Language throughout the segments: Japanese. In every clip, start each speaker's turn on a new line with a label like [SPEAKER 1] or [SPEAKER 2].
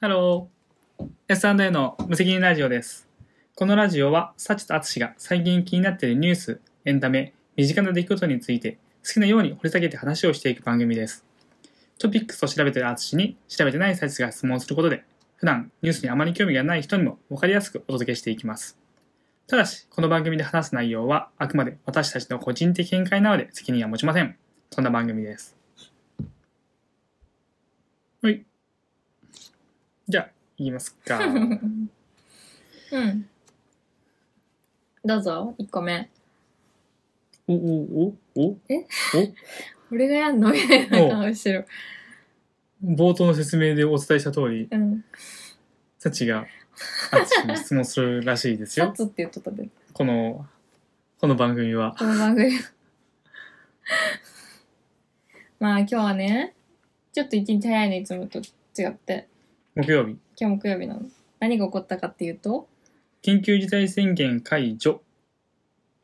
[SPEAKER 1] ハロー。S&A の無責任ラジオです。このラジオは、サチとアツシが最近気になっているニュース、エンタメ、身近な出来事について、好きなように掘り下げて話をしていく番組です。トピックスを調べているアツシに、調べてないサチが質問することで、普段ニュースにあまり興味がない人にも分かりやすくお届けしていきます。ただし、この番組で話す内容は、あくまで私たちの個人的見解なので責任は持ちません。そんな番組です。はい。じゃあ、言います か。
[SPEAKER 2] うん。どうぞ、1個目。
[SPEAKER 1] おおおお
[SPEAKER 2] え
[SPEAKER 1] お
[SPEAKER 2] 俺がやんのみたいな顔してる。
[SPEAKER 1] 冒頭の説明 でお伝えした通り、
[SPEAKER 2] うん。
[SPEAKER 1] サチがアツシに質問するらしいです
[SPEAKER 2] シャ
[SPEAKER 1] よ。
[SPEAKER 2] ツって言っとったで、
[SPEAKER 1] この、この番組は。
[SPEAKER 2] この番組。 まあ今日はね、ちょっと一日早いのいつもと違って、
[SPEAKER 1] 木曜日、
[SPEAKER 2] 今日木曜日なの。何が起こったかっていうと、
[SPEAKER 1] 緊急事態宣言解除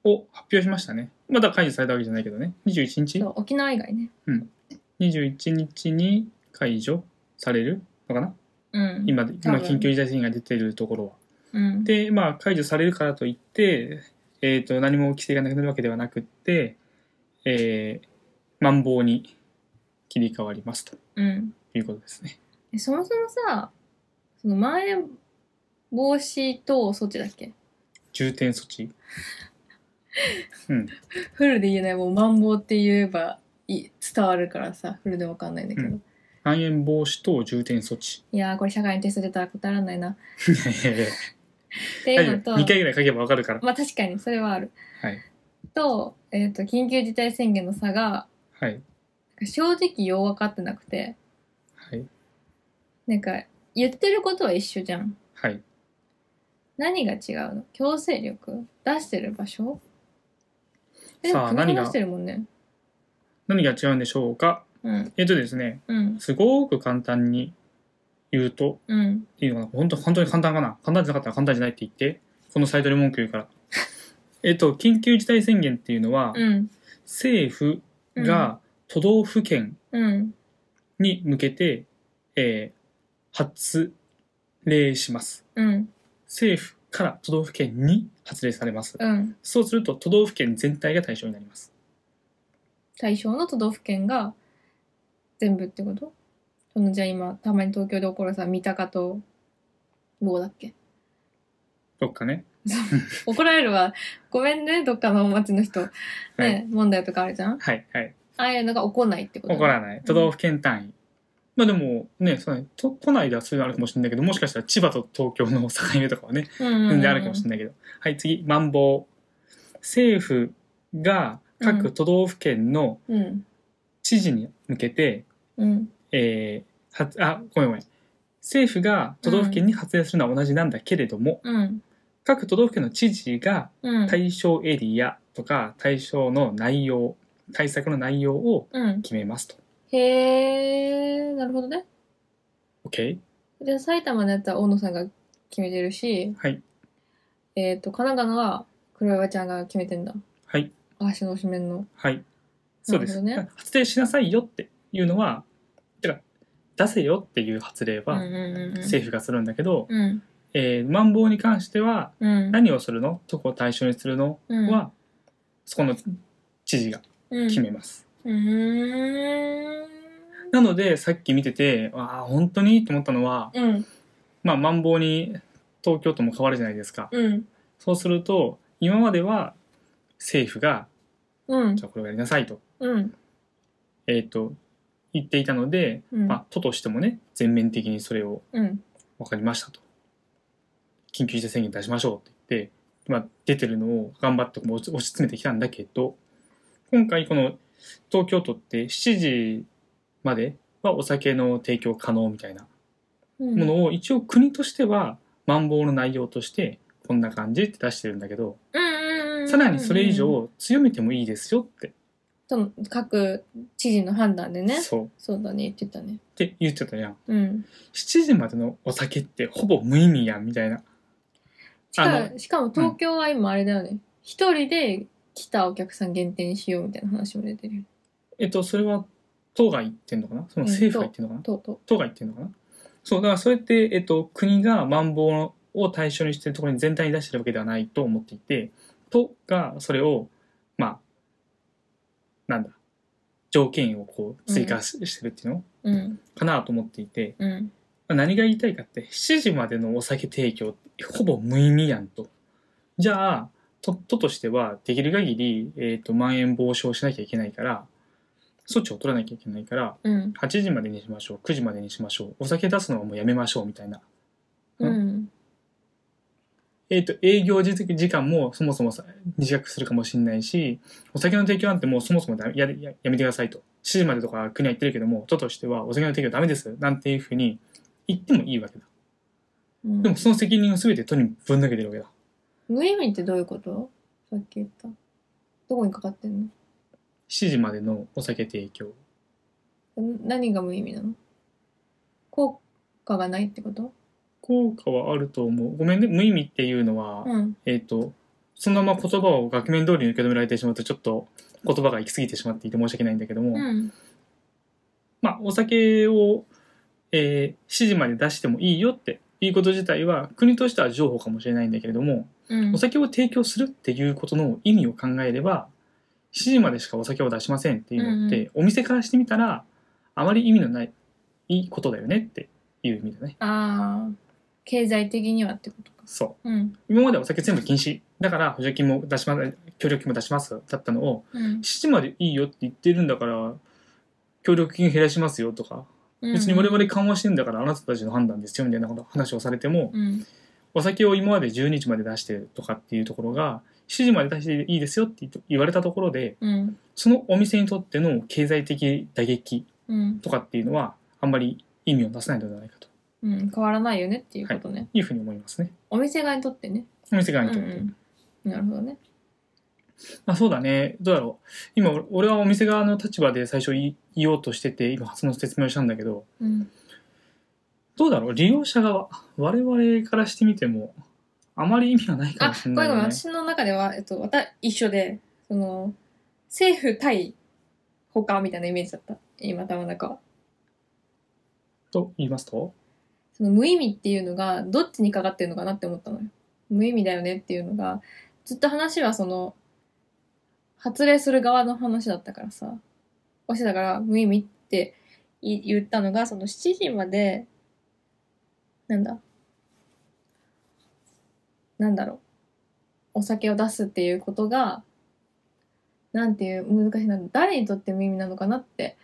[SPEAKER 1] を発表しましたね。まだ解除されたわけじゃないけどね。21日
[SPEAKER 2] そう沖縄以外ね。
[SPEAKER 1] ?21 日に解除されるのかな
[SPEAKER 2] うん。
[SPEAKER 1] 今で、今
[SPEAKER 2] 多分
[SPEAKER 1] 緊急事態宣言が出てるところは。
[SPEAKER 2] うん。
[SPEAKER 1] で、まあ、解除されるからといって、えー、と何も規制がなくなるわけではなくって、えー、マンボウに切り替わりますと
[SPEAKER 2] うん。
[SPEAKER 1] いうことですね。
[SPEAKER 2] えそもそもさ、そのまん延防止等措置だっけ
[SPEAKER 1] 重点措置。
[SPEAKER 2] フルで言えないもうマンボウって言えばいい伝わるからさフルでわかんないんだけど、
[SPEAKER 1] うまん延防止等重点措置。
[SPEAKER 2] いやーこれ社会にテスト出たら答えらんないなっ
[SPEAKER 1] いやいやいや
[SPEAKER 2] て
[SPEAKER 1] 大
[SPEAKER 2] い
[SPEAKER 1] 丈
[SPEAKER 2] うの
[SPEAKER 1] 夫。
[SPEAKER 2] と
[SPEAKER 1] 2回ぐらい書けばわかるから。
[SPEAKER 2] まあ確かにそれはある
[SPEAKER 1] はい。
[SPEAKER 2] と,、えー、と緊急事態宣言の差が
[SPEAKER 1] はい。
[SPEAKER 2] 正直よう分かってなくて
[SPEAKER 1] はい。
[SPEAKER 2] なんか言ってることは一緒じゃん
[SPEAKER 1] はい。
[SPEAKER 2] 何が違うの強制力出してる場所え
[SPEAKER 1] さあ
[SPEAKER 2] 国
[SPEAKER 1] 何が
[SPEAKER 2] 出してるもんね
[SPEAKER 1] 何が違うんでしょうか
[SPEAKER 2] うん
[SPEAKER 1] えっ、とですね、
[SPEAKER 2] うん
[SPEAKER 1] すごく簡単に言うと、
[SPEAKER 2] うん
[SPEAKER 1] いいのかな本当本当に簡単かな簡単じゃなかったら簡単じゃないって言って、このサイトで文句言うから。 えっと、緊急事態宣言っていうのは、
[SPEAKER 2] うん
[SPEAKER 1] 政府
[SPEAKER 2] うん
[SPEAKER 1] が都道府県
[SPEAKER 2] うん
[SPEAKER 1] に向けて、えー発令します。
[SPEAKER 2] うん
[SPEAKER 1] 政府から都道府県に発令されます。
[SPEAKER 2] うん
[SPEAKER 1] そうすると都道府県全体が対象になります。
[SPEAKER 2] 対象の都道府県が全部ってことそのじゃあ今たまに東京で起こるさ三鷹と某だっけ
[SPEAKER 1] どっかね。
[SPEAKER 2] 怒られ るわごめんねどっかの町の人ね、
[SPEAKER 1] はい。
[SPEAKER 2] 問題とかあるじゃん
[SPEAKER 1] はい。はい。
[SPEAKER 2] ああいうのが起こんないってこと
[SPEAKER 1] 起こらない。都道府県単位。まあでもね、その都都内ではそういうのあるかもしれないけど、もしかしたら千葉と東京の境目とかはね、
[SPEAKER 2] うんうんうん、
[SPEAKER 1] 全然あるかもしれ
[SPEAKER 2] ない
[SPEAKER 1] ないけど。はい、次、マンボウ。政府が各都道府県の
[SPEAKER 2] うん
[SPEAKER 1] 知事に向けて、
[SPEAKER 2] うん
[SPEAKER 1] えーはあ、ごめんごめん。政府が都道府県に発令するのは同じなんだけれども、
[SPEAKER 2] うん
[SPEAKER 1] 各都道府県の知事が
[SPEAKER 2] うん
[SPEAKER 1] 対象エリアとか対象の内容、対策の内容を
[SPEAKER 2] うん
[SPEAKER 1] 決めますと。
[SPEAKER 2] へえなるほどね
[SPEAKER 1] OK?
[SPEAKER 2] じゃあ埼玉のやつは大野さんが決めてるし
[SPEAKER 1] はい。
[SPEAKER 2] えっ、と神奈川は黒岩ちゃんが決めてんだ
[SPEAKER 1] はい。
[SPEAKER 2] 足のしめんの
[SPEAKER 1] はい。そうです。
[SPEAKER 2] なるほどね
[SPEAKER 1] 発令しなさいよっていうのは、てか、出せよっていう発令
[SPEAKER 2] うん
[SPEAKER 1] は
[SPEAKER 2] うんうんうん
[SPEAKER 1] 政府がするんだけど、
[SPEAKER 2] うん
[SPEAKER 1] えー、マンボウに関しては、
[SPEAKER 2] うん
[SPEAKER 1] 何をするのどこを対象にするの
[SPEAKER 2] うん
[SPEAKER 1] は、そこの知事が
[SPEAKER 2] うん
[SPEAKER 1] 決めます。
[SPEAKER 2] うーん。
[SPEAKER 1] なので、さっき見てて、ああ、本当にと思ったのは、
[SPEAKER 2] うん。
[SPEAKER 1] まあ、マンボウに東京都も変わるじゃないですか。
[SPEAKER 2] うん。
[SPEAKER 1] そうすると、今までは政府が、
[SPEAKER 2] うん
[SPEAKER 1] じ。ゃあこれをやりなさいと、
[SPEAKER 2] うん。
[SPEAKER 1] えっ、と、言っていたので、
[SPEAKER 2] うん
[SPEAKER 1] まあ、都としてもね、全面的にそれを
[SPEAKER 2] うん。
[SPEAKER 1] 分かりましたと。緊急事態宣言出しましょうって言って、まあ、出てるのを頑張って押し押し詰めてきたんだけど、今回この東京都って7時まではお酒の提供可能みたいな
[SPEAKER 2] うん。
[SPEAKER 1] ものを一応国としては、マンボウの内容として、こんな感じって出してるんだけど、
[SPEAKER 2] うん。うん。
[SPEAKER 1] さらにそれ以
[SPEAKER 2] うん。
[SPEAKER 1] 上強めてもいいですよって、
[SPEAKER 2] との各知事の判断でね。
[SPEAKER 1] そう、っ
[SPEAKER 2] そうだね、言ってたね。
[SPEAKER 1] て言ってたやん。
[SPEAKER 2] うん。
[SPEAKER 1] 7時までのお酒ってほぼ無意味やんみたいな。
[SPEAKER 2] し
[SPEAKER 1] あ
[SPEAKER 2] かしかも東京は今あれだよね。一人で来たお客さん限定にしようみたいな話も出てるよ。
[SPEAKER 1] えっと、それは、党が言ってんのかなその政府が言ってんのかな、
[SPEAKER 2] とうと
[SPEAKER 1] 党が言ってんのかなそう、だからそれって、えっと、国がマンボウを対象にしているところに全体に出してるわけではないと思っていて、都がそれを、まあ、なんだ、条件をこう追加し,、してるっていうの
[SPEAKER 2] うん
[SPEAKER 1] かなと思っていて、
[SPEAKER 2] うん
[SPEAKER 1] まあ何が言いたいかって、7時までのお酒提供ってほぼ無意味やんと。じゃあ、都都としてはできる限り、えっ、と、まん延防止をしなきゃいけないから、措置を取らなきゃいけないから、
[SPEAKER 2] うん
[SPEAKER 1] 8時までにしましょう9時までにしましょうお酒出すのはもうやめましょうみたいな、
[SPEAKER 2] うん
[SPEAKER 1] えー、と営業時時間もそもそもさ短くするかもしれないしお酒の提供なんてもうそもそもだやややめてくださいと7時までとか国は言ってるけども都としてはお酒の提供ダメですなんていうふうに言ってもいいわけだ
[SPEAKER 2] うん
[SPEAKER 1] でもその責任を全て都にぶん投げてるわけだ
[SPEAKER 2] 無意味ってどういうことさっき言ったどこにかかってんの
[SPEAKER 1] 7時までのお酒提供
[SPEAKER 2] ん何が無意味なの効果がないってこと
[SPEAKER 1] 効果はあると思うごめんね無意味っていうのは、
[SPEAKER 2] うん
[SPEAKER 1] えっ、とそのまま言葉を額面通りに受け止められてしまうとちょっと言葉が行き過ぎてしまっていて申し訳ないんだけども、
[SPEAKER 2] うん
[SPEAKER 1] まあ、お酒を、えー7時まで出してもいいよっていうこと自体は国としては譲歩かもしれないんだけれども、
[SPEAKER 2] うん
[SPEAKER 1] お酒を提供するっていうことの意味を考えれば7時までしかお酒を出しませんっていうのって、お店からしてみたらあまり意味のないいいことだよねっていう意味だね。
[SPEAKER 2] ああ経済的にはってことか
[SPEAKER 1] そう
[SPEAKER 2] うん
[SPEAKER 1] 今まではお酒全部禁止だから補助金も出します協力金も出しますだったのを
[SPEAKER 2] うん
[SPEAKER 1] 7時までいいよって言ってるんだから協力金減らしますよとか別に我々緩和してんだからあなたたちの判断ですよみたいなこと話をされても、
[SPEAKER 2] うん
[SPEAKER 1] お酒を今まで12時まで出してるとかっていうところが7時まで出していいですよって言って言われたところで
[SPEAKER 2] うん
[SPEAKER 1] そのお店にとっての経済的打撃
[SPEAKER 2] うん
[SPEAKER 1] とかっていうのはあんまり意味を出さないのではないかと
[SPEAKER 2] うん変わらないよねっていうことね、
[SPEAKER 1] いうふうに思いますね。
[SPEAKER 2] お店側にとってね
[SPEAKER 1] お店側
[SPEAKER 2] うん
[SPEAKER 1] にとって、
[SPEAKER 2] うんなるほどね
[SPEAKER 1] まあ、そうだねどうだろう今俺はお店側の立場で最初言い言おうとしてて今その説明をしたんだけど
[SPEAKER 2] うん
[SPEAKER 1] どうだろう利用者側我々からしてみてもあまり意味がないか
[SPEAKER 2] あ
[SPEAKER 1] もし
[SPEAKER 2] こ
[SPEAKER 1] れ
[SPEAKER 2] れ
[SPEAKER 1] ない
[SPEAKER 2] ご
[SPEAKER 1] よ
[SPEAKER 2] めん
[SPEAKER 1] ね。
[SPEAKER 2] 私の中では、えっと、また一緒でその政府対他みたいなイメージだった今頭の中は
[SPEAKER 1] と言いますと
[SPEAKER 2] その無意味っていうのがどっちにかかってるのかなって思ったのよ。無意味だよねっていうのがずっと話はその発令する側の話だったからさ押してたから無意味ってい言ったのがその7時までなんだなんだろうお酒を出すっていうことがなんていう難しいな誰にとって無意味なのかなって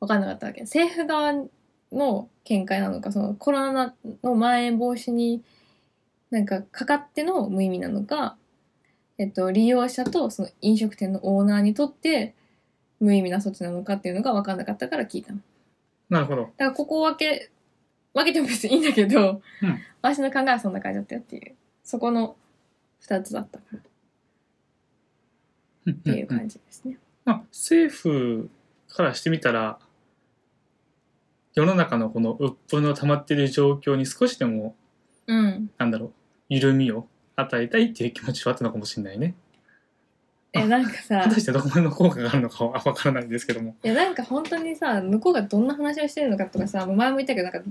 [SPEAKER 2] 分かんなかったわけ政府側の見解なのかそのコロナのまん延防止になんかかかっての無意味なのか、えっと、利用者とその飲食店のオーナーにとって無意味な措置なのかっていうのが分かんなかったから聞いたの。
[SPEAKER 1] なるほど。
[SPEAKER 2] だからここを分け分けても別にいいんだけど、
[SPEAKER 1] うん
[SPEAKER 2] 私の考えはそんな感じだったよっていうそこの2つだったからっていう感じですね。
[SPEAKER 1] まあ、政府からしてみたら世の中のこの鬱憤の溜まってる状況に少しでも
[SPEAKER 2] うん、
[SPEAKER 1] なんだろう緩みを与えたいっていう気持ちはあったのかもしれないね。
[SPEAKER 2] えなんかさ
[SPEAKER 1] 果たしてどこまでの効果があるのかは分からないですけども。
[SPEAKER 2] いやなんか本当にさ向こうがどんな話をしてるのかとかさもう前も言ったけどなんか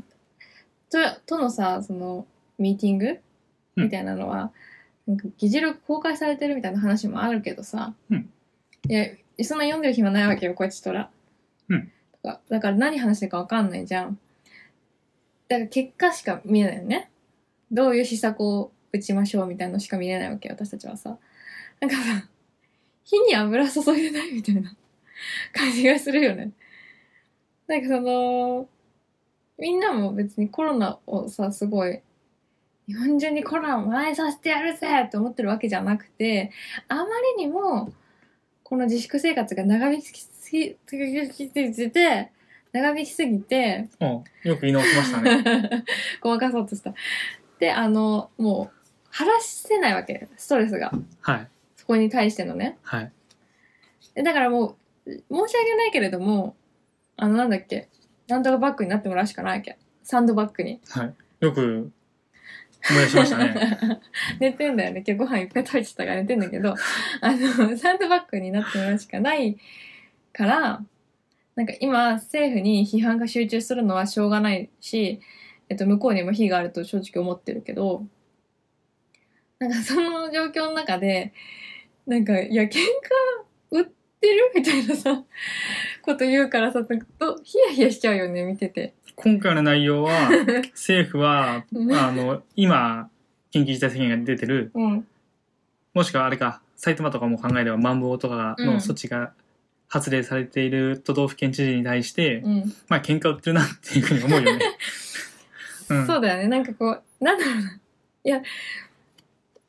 [SPEAKER 2] ととのさそのミーティング
[SPEAKER 1] うん
[SPEAKER 2] みたいなのは、なんか議事録公開されてるみたいな話もあるけどさ、
[SPEAKER 1] うん
[SPEAKER 2] いやそんな読んでる暇ないわけよこっちとら、
[SPEAKER 1] うん
[SPEAKER 2] だからだから何話してるか分かんないじゃんだから結果しか見えないよねどういう施策を打ちましょうみたいなのしか見れないわけよ私たちはさなんかさ火に油注いでないみたいな感じがするよね。なんかその、みんなも別にコロナをさ、すごい、日本中にコロナを蔓延させてやるぜって思ってるわけじゃなくて、あまりにも、この自粛生活が長引きすぎて、長引きすぎて、
[SPEAKER 1] うんよく言い直しましたね。
[SPEAKER 2] ごまかそうとした。で、あの、もう、晴らせないわけ。ストレスが。
[SPEAKER 1] はい。
[SPEAKER 2] そこに対してのね。
[SPEAKER 1] はい。
[SPEAKER 2] でだからもう、申し訳ないけれども、あの、なんだっけ。なんとかバッグになってもらうしかないわけ。サンドバッグに。
[SPEAKER 1] はい。よく思い出しましたね。
[SPEAKER 2] 寝てんだよね。今日ご飯いっぱい食べてたから寝てんだけど、あの、 サンドバッグになってもらうしかないから、なんか今、政府に批判が集中するのはしょうがないし、えっと、向こうにも非があると正直思ってるけど、なんかその状況の中で、なんか、いや、喧嘩売ってるみたいなさ、こと言うからさ、なんかどヒヤヒヤしちゃうよね、見てて。
[SPEAKER 1] 今回の内容は政府 はあの今緊急事態宣言が出てる
[SPEAKER 2] うん。
[SPEAKER 1] もしくはあれか埼玉とかも考えればまん防とか
[SPEAKER 2] うん
[SPEAKER 1] の措置が発令されている都道府県知事に対して、
[SPEAKER 2] うん。
[SPEAKER 1] まあ喧嘩売ってるなっていうふうに思うよ ね。うん
[SPEAKER 2] そうだよね。なんかこう、なんだ ろうな。いや、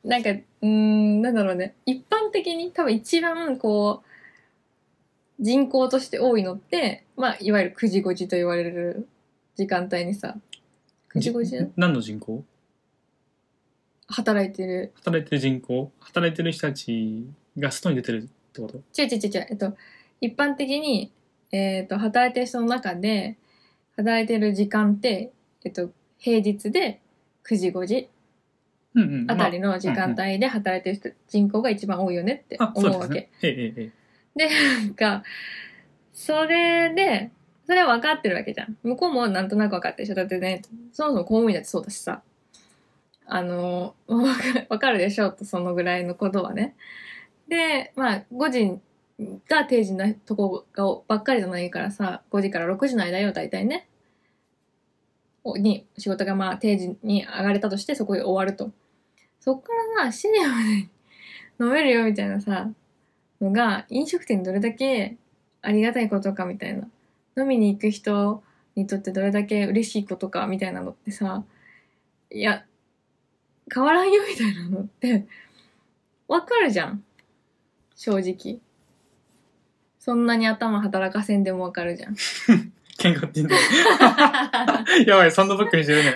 [SPEAKER 2] なんか、うーん、なんだろうね。一般的に多分一番こう、人口として多いのって、まあ、いわゆる9時5時と言われる時間帯にさ、9時5時
[SPEAKER 1] じ何の人口
[SPEAKER 2] 働いてる。
[SPEAKER 1] 働いてる人口働いてる人たちが外に出てるってこと
[SPEAKER 2] 違う違う違う違う。えっと、一般的に、えっと、働いてる人の中で、働いてる時間って、えっと、平日で9時5時
[SPEAKER 1] うんうん。
[SPEAKER 2] あたりの時間
[SPEAKER 1] まあ
[SPEAKER 2] 帯で働いてる人、人口が一番多いよねって
[SPEAKER 1] あ、
[SPEAKER 2] 思
[SPEAKER 1] そう
[SPEAKER 2] う
[SPEAKER 1] で
[SPEAKER 2] わ
[SPEAKER 1] す
[SPEAKER 2] け
[SPEAKER 1] ね。。えええええ
[SPEAKER 2] で、なんか、それで、それは分かってるわけじゃん。向こうもなんとなく分かってるでしょ。だってね、そもそも公務員だってそうだしさ。あの、 もう分かる分かるでしょうと、そのぐらいのことはね。で、まあ、5時が定時なとこがばっかりじゃないからさ、5時から6時の間よ、大体ね。おに、仕事がまあ定時に上がれたとして、そこで終わると。そっからな、深夜まで飲めるよ、みたいなさ、のが飲食店にどれだけありがたいことかみたいな飲みに行く人にとってどれだけ嬉しいことかみたいなのってさいや変わらんよみたいなのってわかるじゃん正直そんなに頭働かせんでもわかるじゃん
[SPEAKER 1] 喧嘩売ってんだよ。やばい、サンドバッグにしてるね。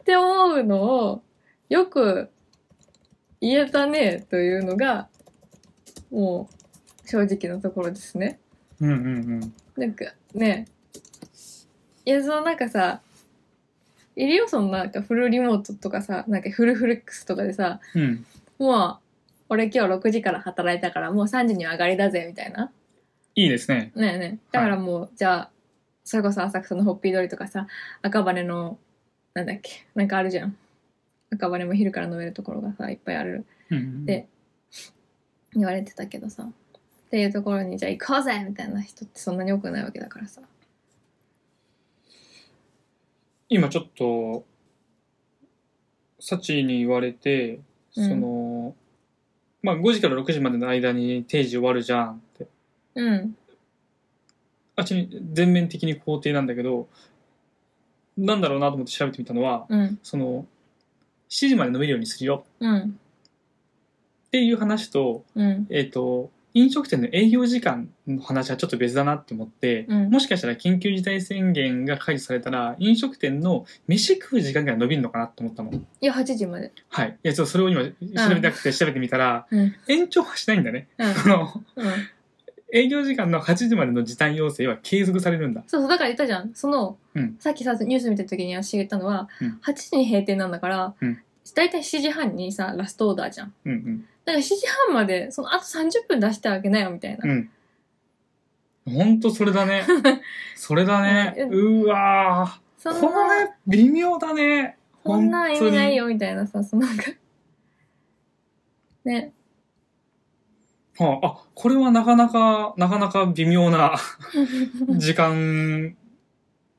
[SPEAKER 2] って思うのをよく言えたねというのがもう正直なところですね
[SPEAKER 1] うんうん
[SPEAKER 2] なんかねいやそのなんかさいるよそのなんかフルリモートとかさなんかフルフレックスとかでさ
[SPEAKER 1] うん。うん。
[SPEAKER 2] もう俺今日6時から働いたからもう3時には上がりだぜみたいない
[SPEAKER 1] いですね。
[SPEAKER 2] ねえねえだからもう、じゃあそれこそ浅草のホッピー通りとかさ赤羽のなんだっけなんかあるじゃん赤羽も昼から飲めるところがさいっぱいある
[SPEAKER 1] うんうんうん、
[SPEAKER 2] で言われてたけどさっていうところにじゃあ行こうぜみたいな人ってそんなに多くないわけだからさ
[SPEAKER 1] 今ちょっと、サチに言われて、その、まあ5時から6時までの間に定時終わるじゃんって。
[SPEAKER 2] うん
[SPEAKER 1] あっちに全面的に肯定なんだけど、なんだろうなと思って調べてみたのは、
[SPEAKER 2] うん
[SPEAKER 1] その、7時まで飲めるようにするよ
[SPEAKER 2] うん
[SPEAKER 1] っていう話と、
[SPEAKER 2] うん
[SPEAKER 1] えっ、と、飲食店の営業時間の話はちょっと別だなって思って、
[SPEAKER 2] うん
[SPEAKER 1] もしかしたら緊急事態宣言が解除されたら、飲食店の飯食う時間が伸びるのかなって思ったの。
[SPEAKER 2] いや8時まで
[SPEAKER 1] はい。いや、ちょっとそれを今調べたくて調べてみたら、
[SPEAKER 2] うん
[SPEAKER 1] 延長はしないんだね。
[SPEAKER 2] うん
[SPEAKER 1] あの、
[SPEAKER 2] うん
[SPEAKER 1] 営業時間の8時までの時短要請は継続されるんだ。
[SPEAKER 2] そうそうだから言ったじゃんその、
[SPEAKER 1] うん
[SPEAKER 2] さっきさニュース見た時に私が言ったのは、
[SPEAKER 1] うん
[SPEAKER 2] 8時に閉店なんだから、
[SPEAKER 1] うん
[SPEAKER 2] 大体7時半にさラストオーダーじゃん
[SPEAKER 1] うん
[SPEAKER 2] だから7時半までそのあと30分出してあげなよみたいな、
[SPEAKER 1] うん。うん。ほんとそれだ ね。それだね。うわ
[SPEAKER 2] そ
[SPEAKER 1] ー
[SPEAKER 2] ん
[SPEAKER 1] この
[SPEAKER 2] な
[SPEAKER 1] ね、微妙だね。
[SPEAKER 2] こんなん意味ないよみたいなさそのなんかね
[SPEAKER 1] はあ、あ、これはなかなか、なかなか微妙な時間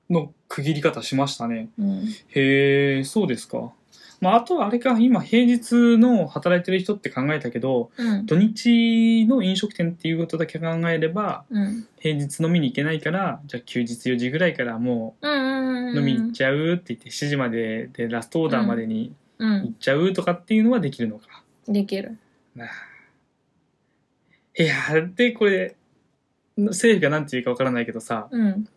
[SPEAKER 1] の区切り方しましたね。
[SPEAKER 2] うん
[SPEAKER 1] へえ、そうですか。まあ、あとはあれか、今平日の働いてる人って考えたけど、
[SPEAKER 2] うん
[SPEAKER 1] 土日の飲食店っていうことだけ考えれば、
[SPEAKER 2] うん
[SPEAKER 1] 平日飲みに行けないから、じゃあ休日4時ぐらいからも
[SPEAKER 2] うんうんうん
[SPEAKER 1] う飲みに行っちゃうって言って、7時まででラストオーダーまでに
[SPEAKER 2] う
[SPEAKER 1] 行っ
[SPEAKER 2] ん
[SPEAKER 1] ちゃうとかっていうのはできるのか。
[SPEAKER 2] できる
[SPEAKER 1] いやーでこれ政府が何て言うかわからないけどさ
[SPEAKER 2] うん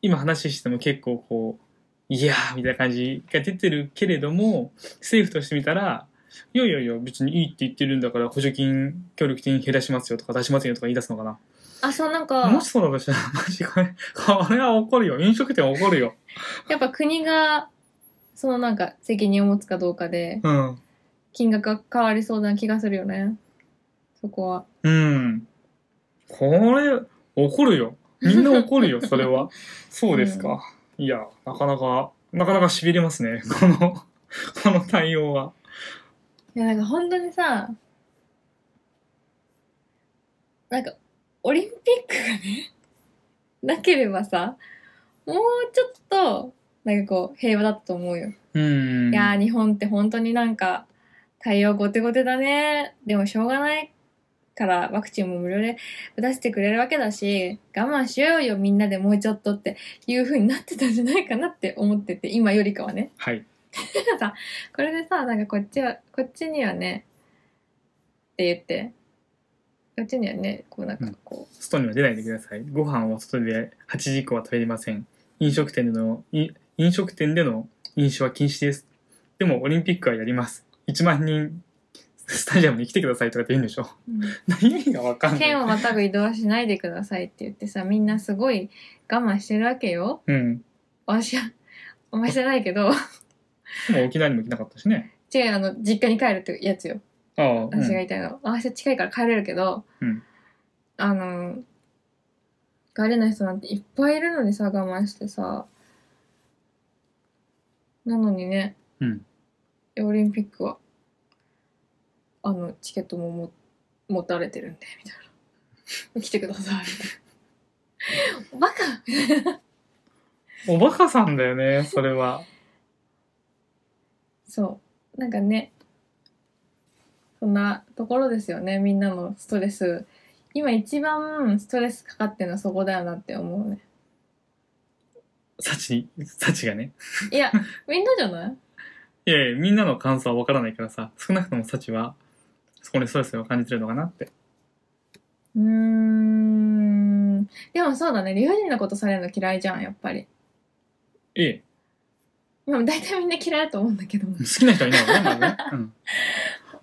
[SPEAKER 1] 今話しても結構こう「いやー」みたいな感じが出てるけれども政府としてみたら「いやいやいや別にいいって言ってるんだから補助金協力金減らしますよ」とか「出しますよ」とか言い出すのかな、
[SPEAKER 2] あそうなんか
[SPEAKER 1] もしそうだとしたらマジこれ これは怒るよ飲食店は怒るよ
[SPEAKER 2] やっぱ国がそのなんか責任を持つかどうかで
[SPEAKER 1] うん
[SPEAKER 2] 金額が変わりそうな気がするよねそこは
[SPEAKER 1] うんこれ怒るよみんな怒るよそれはそうですか、いや、なかなか、なかなか痺れますね。この、 この対応は。
[SPEAKER 2] いやなんか本当にさなんかオリンピックがねなければさもうちょっとなんかこう平和だったと思うよ、
[SPEAKER 1] うーん。
[SPEAKER 2] いやー日本って本当になんか対応後手後手だねでもしょうがないからワクチンも無料で打たせてくれるわけだし我慢しようよみんなでもうちょっとっていう風になってたんじゃないかなって思ってて今よりかはね
[SPEAKER 1] はい。
[SPEAKER 2] なんかさこれでさなんかこっちはこっちにはねって言ってこっちにはねこうなんかこ
[SPEAKER 1] 外には出ないでください。ご飯を外で8時以降は食べれません。飲食店での、い飲食店での飲酒は禁止です。でもオリンピックはやります。1万人スタジアムに来てくださいとかって言うんでしょ。
[SPEAKER 2] う、
[SPEAKER 1] 何意味がわかんな
[SPEAKER 2] 県
[SPEAKER 1] い。
[SPEAKER 2] をまたぐ移動はしないでくださいって言ってさみんなすごい我慢してるわけよ
[SPEAKER 1] うん。
[SPEAKER 2] わしはお前じゃないけど
[SPEAKER 1] でも沖縄にも来なかったしね。
[SPEAKER 2] 違うあの実家に帰るってやつよ
[SPEAKER 1] ああ、うん
[SPEAKER 2] 私が言いたいの、私は近いから帰れるけど、
[SPEAKER 1] うん
[SPEAKER 2] あの帰れない人なんていっぱいいるのにさ我慢してさなのにね
[SPEAKER 1] うん。
[SPEAKER 2] オリンピックはあのチケットもも持たれてるんでみたいな 来てくださいみたいなバカ
[SPEAKER 1] おバカさんだよね、それは。
[SPEAKER 2] そうなんかねそんなところですよねみんなのストレス今一番ストレスかかってるのはそこだよなって思うね
[SPEAKER 1] サチに、サチがね。
[SPEAKER 2] いやみんなじゃない
[SPEAKER 1] いやいや、みんなの感想はわからないからさ、少なくともサチは、そこにストレスを感じてるのかなって。
[SPEAKER 2] うーんでもそうだね理不尽なことされるの嫌いじゃんやっぱり
[SPEAKER 1] ええ、
[SPEAKER 2] まあ大体みんな嫌いだと思うんだけ ど
[SPEAKER 1] 好きな人はいないよね、まず ね。うん。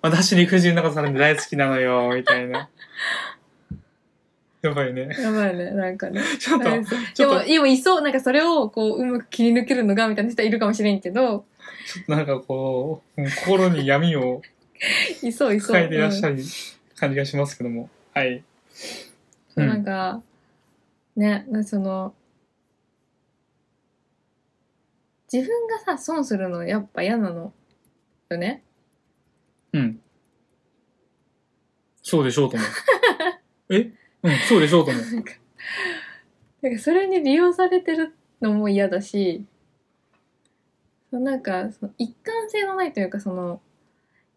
[SPEAKER 1] 私陸人のことされて大好きなのよ、みたいな。やばいね。
[SPEAKER 2] やばいねなんかね
[SPEAKER 1] ちょっと、
[SPEAKER 2] 大丈夫
[SPEAKER 1] ちょっと
[SPEAKER 2] でも、でもいそう、なんかそれをこう、うまく切り抜けるのが、みたいな人いるかもしれんけど、
[SPEAKER 1] なんかこう、もう心に闇を
[SPEAKER 2] いそういそう。
[SPEAKER 1] 抱えていらっしゃ
[SPEAKER 2] る。
[SPEAKER 1] る感じがしますけども。はい。
[SPEAKER 2] そう
[SPEAKER 1] うん
[SPEAKER 2] なんか、ね、なその、自分がさ、損するのやっぱ嫌なのよね。
[SPEAKER 1] うん。そうでしょうと思う。えうん、そうでしょうと思う。
[SPEAKER 2] なんか、なんかそれに利用されてるのも嫌だし、そのなんか、その一貫性のないというか、その、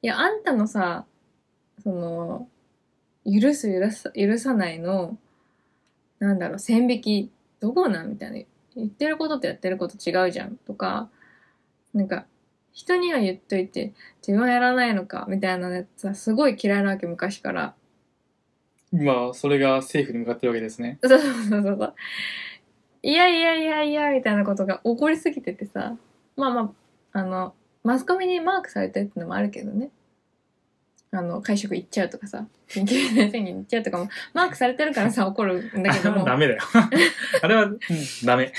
[SPEAKER 2] いや、あんたのさ、その、許す許さ、許さないの、なんだろう、線引き、どこなんみたいな。言ってることとやってること違うじゃん、とか、なんか、人には言っといて、自分はやらないのか、みたいなやつはすごい嫌いなわけ、昔から。
[SPEAKER 1] 今、それが政府に向かってるわけですね。
[SPEAKER 2] そうそうそうそうそう。いやいやいやいや、みたいなことが起こりすぎててさ。まあまあ、あの、マスコミにマークされてるってのもあるけどね。あの、会食行っちゃうとかさ、緊急事態宣言行っちゃうとかも、マークされてるからさ、怒るんだけど
[SPEAKER 1] あ
[SPEAKER 2] も。
[SPEAKER 1] ダ
[SPEAKER 2] なん
[SPEAKER 1] メだ よ。あれは、うんダメ。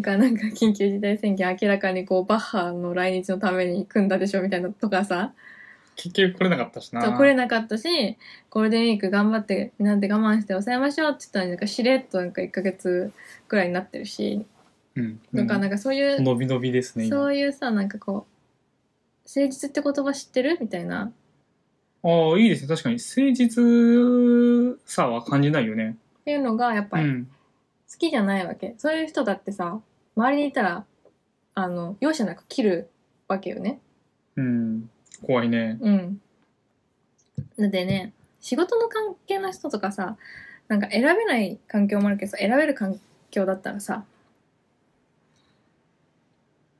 [SPEAKER 2] か、なんか、緊急事態宣言明らかにこう、バッハの来日のために組んだでしょ、みたいなとかさ。
[SPEAKER 1] 結局来れなかったしな。
[SPEAKER 2] そう来れなかったしゴールデンウィーク頑張ってみんなんで我慢して抑えましょうって言ったのになんかしれっとなんか1ヶ月くらいになってるし、
[SPEAKER 1] うん。
[SPEAKER 2] なんかなんかそういう、
[SPEAKER 1] 伸び伸びですね、今。
[SPEAKER 2] そ
[SPEAKER 1] あ
[SPEAKER 2] ういうさなんかこう誠実って言葉知ってるみたいな
[SPEAKER 1] あ、いいですね。確かに。誠実さは感じないよね。
[SPEAKER 2] っていうのがやっぱ
[SPEAKER 1] う
[SPEAKER 2] り
[SPEAKER 1] ん。
[SPEAKER 2] 好きじゃないわけ、そういう人だってさ周りにいたらあの容赦なく切るわけよね
[SPEAKER 1] うん。怖いね。
[SPEAKER 2] うんだってね仕事の関係の人とかさなんか選べない環境もあるけどさ選べる環境だったらさ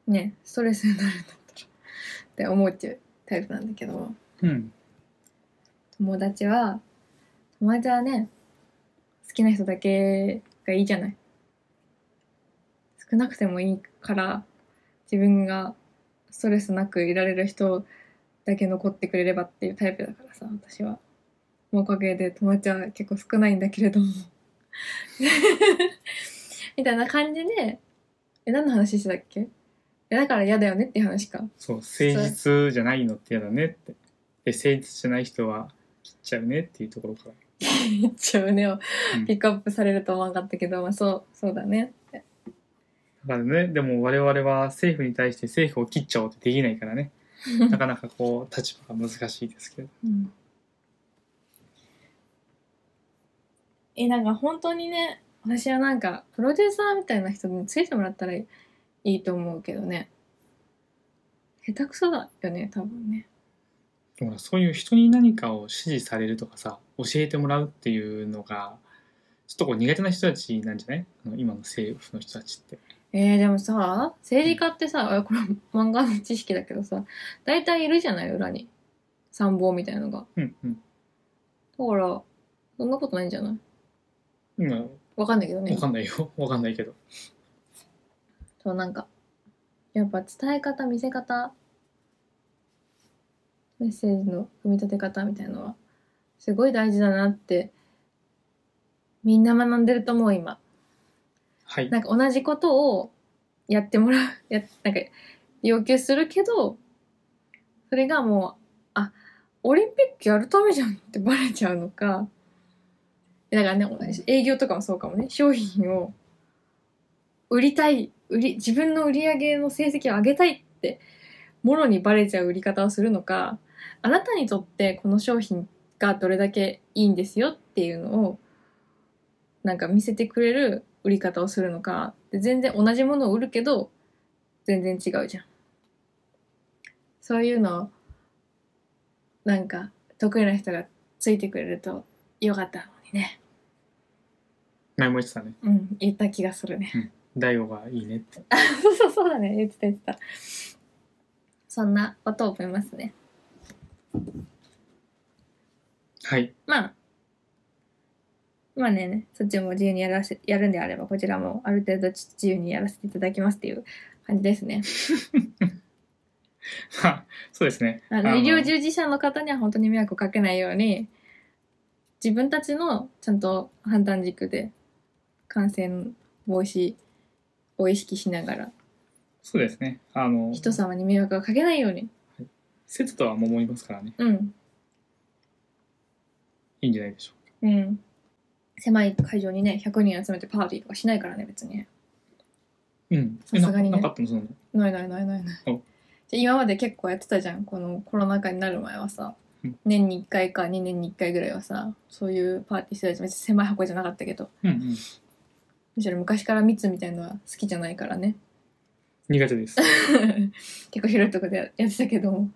[SPEAKER 2] ねストレスになるんだったらって思うっていうタイプなんだけども
[SPEAKER 1] うん。
[SPEAKER 2] 友達は友達はね好きな人だけがいいじゃない少なくてもいいから自分がストレスなくいられる人だけ残ってくれればっていうタイプだからさ私はもうおかげで友達は結構少ないんだけれども みたいな感じでえ何の話してたっけえだから嫌だよねっていう話か
[SPEAKER 1] そう、誠実じゃないのって嫌だねって。で、誠実じゃない人は切っちゃうねっていうところから。
[SPEAKER 2] 言っちゃうねを
[SPEAKER 1] うん
[SPEAKER 2] ピックアップされると思わなかったけど、まあそうそうだねって
[SPEAKER 1] まあね、でも我々は政府に対して政府を切っちゃおうってできないから ねなかなかこう立場が難しいですけど
[SPEAKER 2] うんえなんか本当にね私はなんかプロデューサーみたいな人についてもらったらいいと思うけどね下手くそだよね多分ね
[SPEAKER 1] でもほらそういう人に何かを指示されるとかさ教えてもらうっていうのがちょっとこう苦手な人たちなんじゃないあの今の政府の人たちって
[SPEAKER 2] えー、でもさ政治家ってさあこれ漫画の知識だけどさ大体いるじゃない裏に参謀みたいなのが
[SPEAKER 1] うんうん
[SPEAKER 2] だからそんなことないんじゃない
[SPEAKER 1] 今
[SPEAKER 2] わかんないけどね
[SPEAKER 1] わかんないよ わかんないけど
[SPEAKER 2] そうなんかやっぱ伝え方見せ方メッセージの組み立て方みたいのはすごい大事だなってみんな学んでると思う今
[SPEAKER 1] はい
[SPEAKER 2] なんか同じことをやってもらう やなんか要求するけどそれがもうあオリンピックやるためじゃんってバレちゃうのかだからね営業とかもそうかもね商品を売りたい売り自分の売り上げの成績を上げたいってもろにバレちゃう売り方をするのかあなたにとってこの商品がどれだけいいんですよっていうのをなんか見せてくれる売り方をするのかで全然同じものを売るけど全然違うじゃんそういうのをなんか得意な人がついてくれるとよかったのにね
[SPEAKER 1] 前も言ってたね
[SPEAKER 2] うん言った気がするね
[SPEAKER 1] 大悟がいいねって
[SPEAKER 2] そう そうそうだね言ってた言ってたそんなことを思いますね
[SPEAKER 1] はい
[SPEAKER 2] まあまあねそっちも自由にやらせやるんであればこちらもある程度自由にやらせていただきますっていう感じですね
[SPEAKER 1] まあそうですね
[SPEAKER 2] あの医療従事者の方には本当に迷惑をかけないように自分たちのちゃんと判断軸で感染防止を意識しながら
[SPEAKER 1] そうですねあの
[SPEAKER 2] 人様に迷惑をかけないように
[SPEAKER 1] 節とは桃いますからね
[SPEAKER 2] うん
[SPEAKER 1] いいんじゃないでしょうか
[SPEAKER 2] うん狭い会場にね100人集めてパーティーとかしないからね別にね
[SPEAKER 1] うん
[SPEAKER 2] さすがにね
[SPEAKER 1] えななかったのそんなの
[SPEAKER 2] ないないないないない
[SPEAKER 1] お
[SPEAKER 2] で今まで結構やってたじゃんこのコロナ禍になる前はさ
[SPEAKER 1] うん
[SPEAKER 2] 年に1回か2年に1回ぐらいはさそういうパーティーしてたじゃん別に狭い箱じゃなかったけど
[SPEAKER 1] うんうん
[SPEAKER 2] むしろ昔から密みたいのは好きじゃないからね
[SPEAKER 1] 苦手です
[SPEAKER 2] 結構広いとこでやってたけども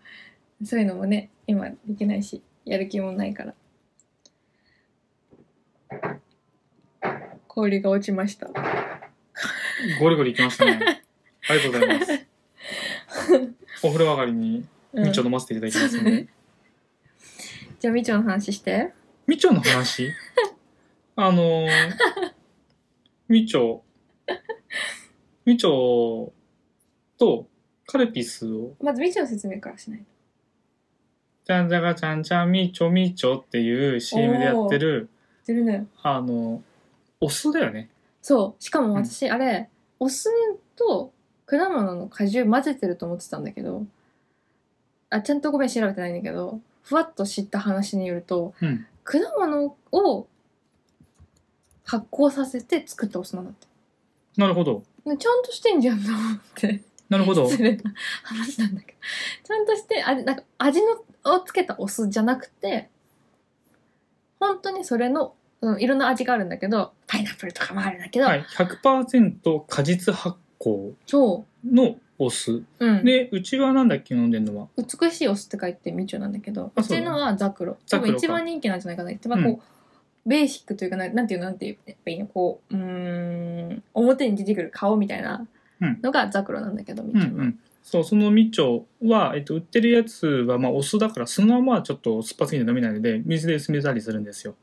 [SPEAKER 2] そういうのもね今できないしやる気もないから氷が落ちました
[SPEAKER 1] ゴリゴリいきましたねありがとうございます お風呂上がりに
[SPEAKER 2] うん
[SPEAKER 1] みちょ飲ませていただきますので、
[SPEAKER 2] じゃあみちょの話して
[SPEAKER 1] みちょの話あのー、みちょ、みちょとカルピスを、
[SPEAKER 2] まずみちょの説明からしない
[SPEAKER 1] ちゃんじゃがちゃんちゃんみちょみちょっていう CM でやってる、
[SPEAKER 2] とるね
[SPEAKER 1] あの、お酢だよね。
[SPEAKER 2] そうしかも私、あれお酢と果物の果汁混ぜてると思ってたんだけどあちゃんとごめん調べてないんだけどふわっと知った話によると
[SPEAKER 1] うん。
[SPEAKER 2] 果物を発酵させて作ったお酢なんだって
[SPEAKER 1] なるほど。
[SPEAKER 2] ねちゃんとしてんじゃんと思って
[SPEAKER 1] なるほ ど。
[SPEAKER 2] 失礼な話なんだけどちゃんとしてあなんか味のをつけたお酢じゃなくて本当にそれの、うん、いろんな味があるんだけどパイナップルとかもあるんだけど、
[SPEAKER 1] はい。100%果実発酵
[SPEAKER 2] そ
[SPEAKER 1] のお酢。
[SPEAKER 2] う、うん、
[SPEAKER 1] で、うちはなんだっけ飲んでんのは。
[SPEAKER 2] 美しいお酢って書いてみちょなんだけど
[SPEAKER 1] あ
[SPEAKER 2] う
[SPEAKER 1] そう
[SPEAKER 2] ちのはザクロ
[SPEAKER 1] ザ
[SPEAKER 2] 多
[SPEAKER 1] クロ
[SPEAKER 2] 分
[SPEAKER 1] か
[SPEAKER 2] 一番人気なんじゃないかな一番こう、ベーシックというかななんていうのなんていうやっぱいいのこううーん表に出てくる顔みたいな
[SPEAKER 1] うん
[SPEAKER 2] のがザクロなんだけどみ
[SPEAKER 1] うんう
[SPEAKER 2] ちょの、
[SPEAKER 1] ん。そう、そのみちょは、えっと、売ってるやつは、まあ、お酢だから、そのままちょっと酸っぱすぎて飲めないので、水で薄めたりするんですよ。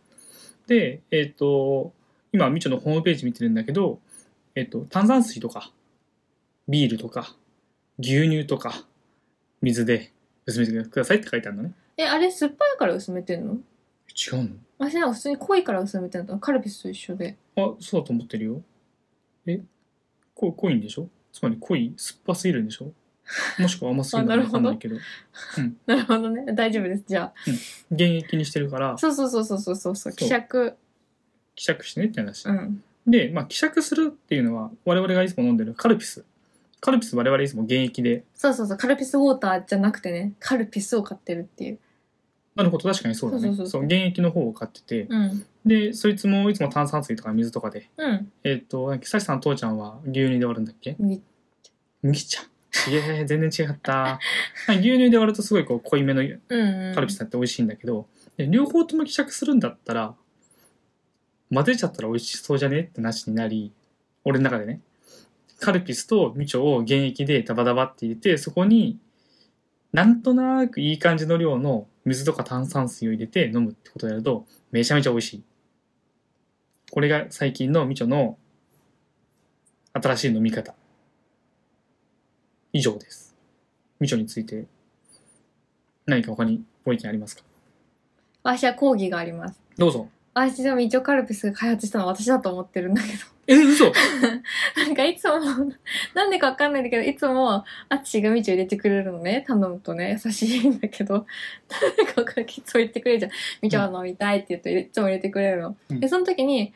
[SPEAKER 1] で、えっと、今、みちょのホームページ見てるんだけど、えっと、炭酸水とか、ビールとか、牛乳とか、水で薄めてくださいって書いてあるのね。
[SPEAKER 2] えあれ酸っぱいから薄めてんの
[SPEAKER 1] 違う
[SPEAKER 2] 私なんか普通に濃いから薄めてんのとカルピスと一緒で
[SPEAKER 1] のあ、そうだと思ってるよ。えこ濃いんでしょつまり濃い、酸っぱすぎるんでしょもしくは甘すぎるのかわかんないけ ど、
[SPEAKER 2] なるほどね大丈夫ですじゃ
[SPEAKER 1] 現役にしてるから
[SPEAKER 2] あ、そうそうそうそうそうそうそ
[SPEAKER 1] そ
[SPEAKER 2] う
[SPEAKER 1] う
[SPEAKER 2] 希釈
[SPEAKER 1] 希釈してねって話。
[SPEAKER 2] うん
[SPEAKER 1] で、まあ、希釈するっていうのは、我々がいつも飲んでるカルピス。カルピス我々いつも現役で
[SPEAKER 2] そうそうそう、カルピスウォーターじゃなくてね、カルピスを買ってるっていう。
[SPEAKER 1] なるほど確かにそうだ
[SPEAKER 2] そう
[SPEAKER 1] ね
[SPEAKER 2] そ
[SPEAKER 1] そうう
[SPEAKER 2] そう
[SPEAKER 1] 現役の方を買ってて、
[SPEAKER 2] うん。
[SPEAKER 1] でそいつもいつも炭酸水とか水とかで
[SPEAKER 2] うん。
[SPEAKER 1] えっ、となんだっけサシさん父ちゃんは牛乳で割るんだっけ
[SPEAKER 2] 麦
[SPEAKER 1] 麦茶いえ全然違 った牛乳で割るとすごいこう濃いめの
[SPEAKER 2] うん、うん。
[SPEAKER 1] カルピスだって美味しいんだけど、で両方とも希釈するんだったら混ぜちゃったら美味しそうじゃねって話になり俺の中でねカルピスとみちょを原液でダバダバって入れてそこになんとなくいい感じの量の水とか炭酸水を入れて飲むってことをやるとめちゃめちゃ美味しいこれが最近のみちょの新しい飲み方以上ですみちょについて何か他にご意見ありますか
[SPEAKER 2] 私は講義があります。
[SPEAKER 1] どうぞ。
[SPEAKER 2] 私でも一応カルピスが開発したのは私だと思ってるんだけど。
[SPEAKER 1] え、嘘
[SPEAKER 2] なんかいつも、なんでかわかんないんだけど、いつも、あっちがみちを入れてくれるのね、頼むとね、優しいんだけど、なんかわかんないいつも言ってくれるじゃん。みちを飲みたいって言うと、いつも入れてくれるの。
[SPEAKER 1] うん
[SPEAKER 2] で、その時に、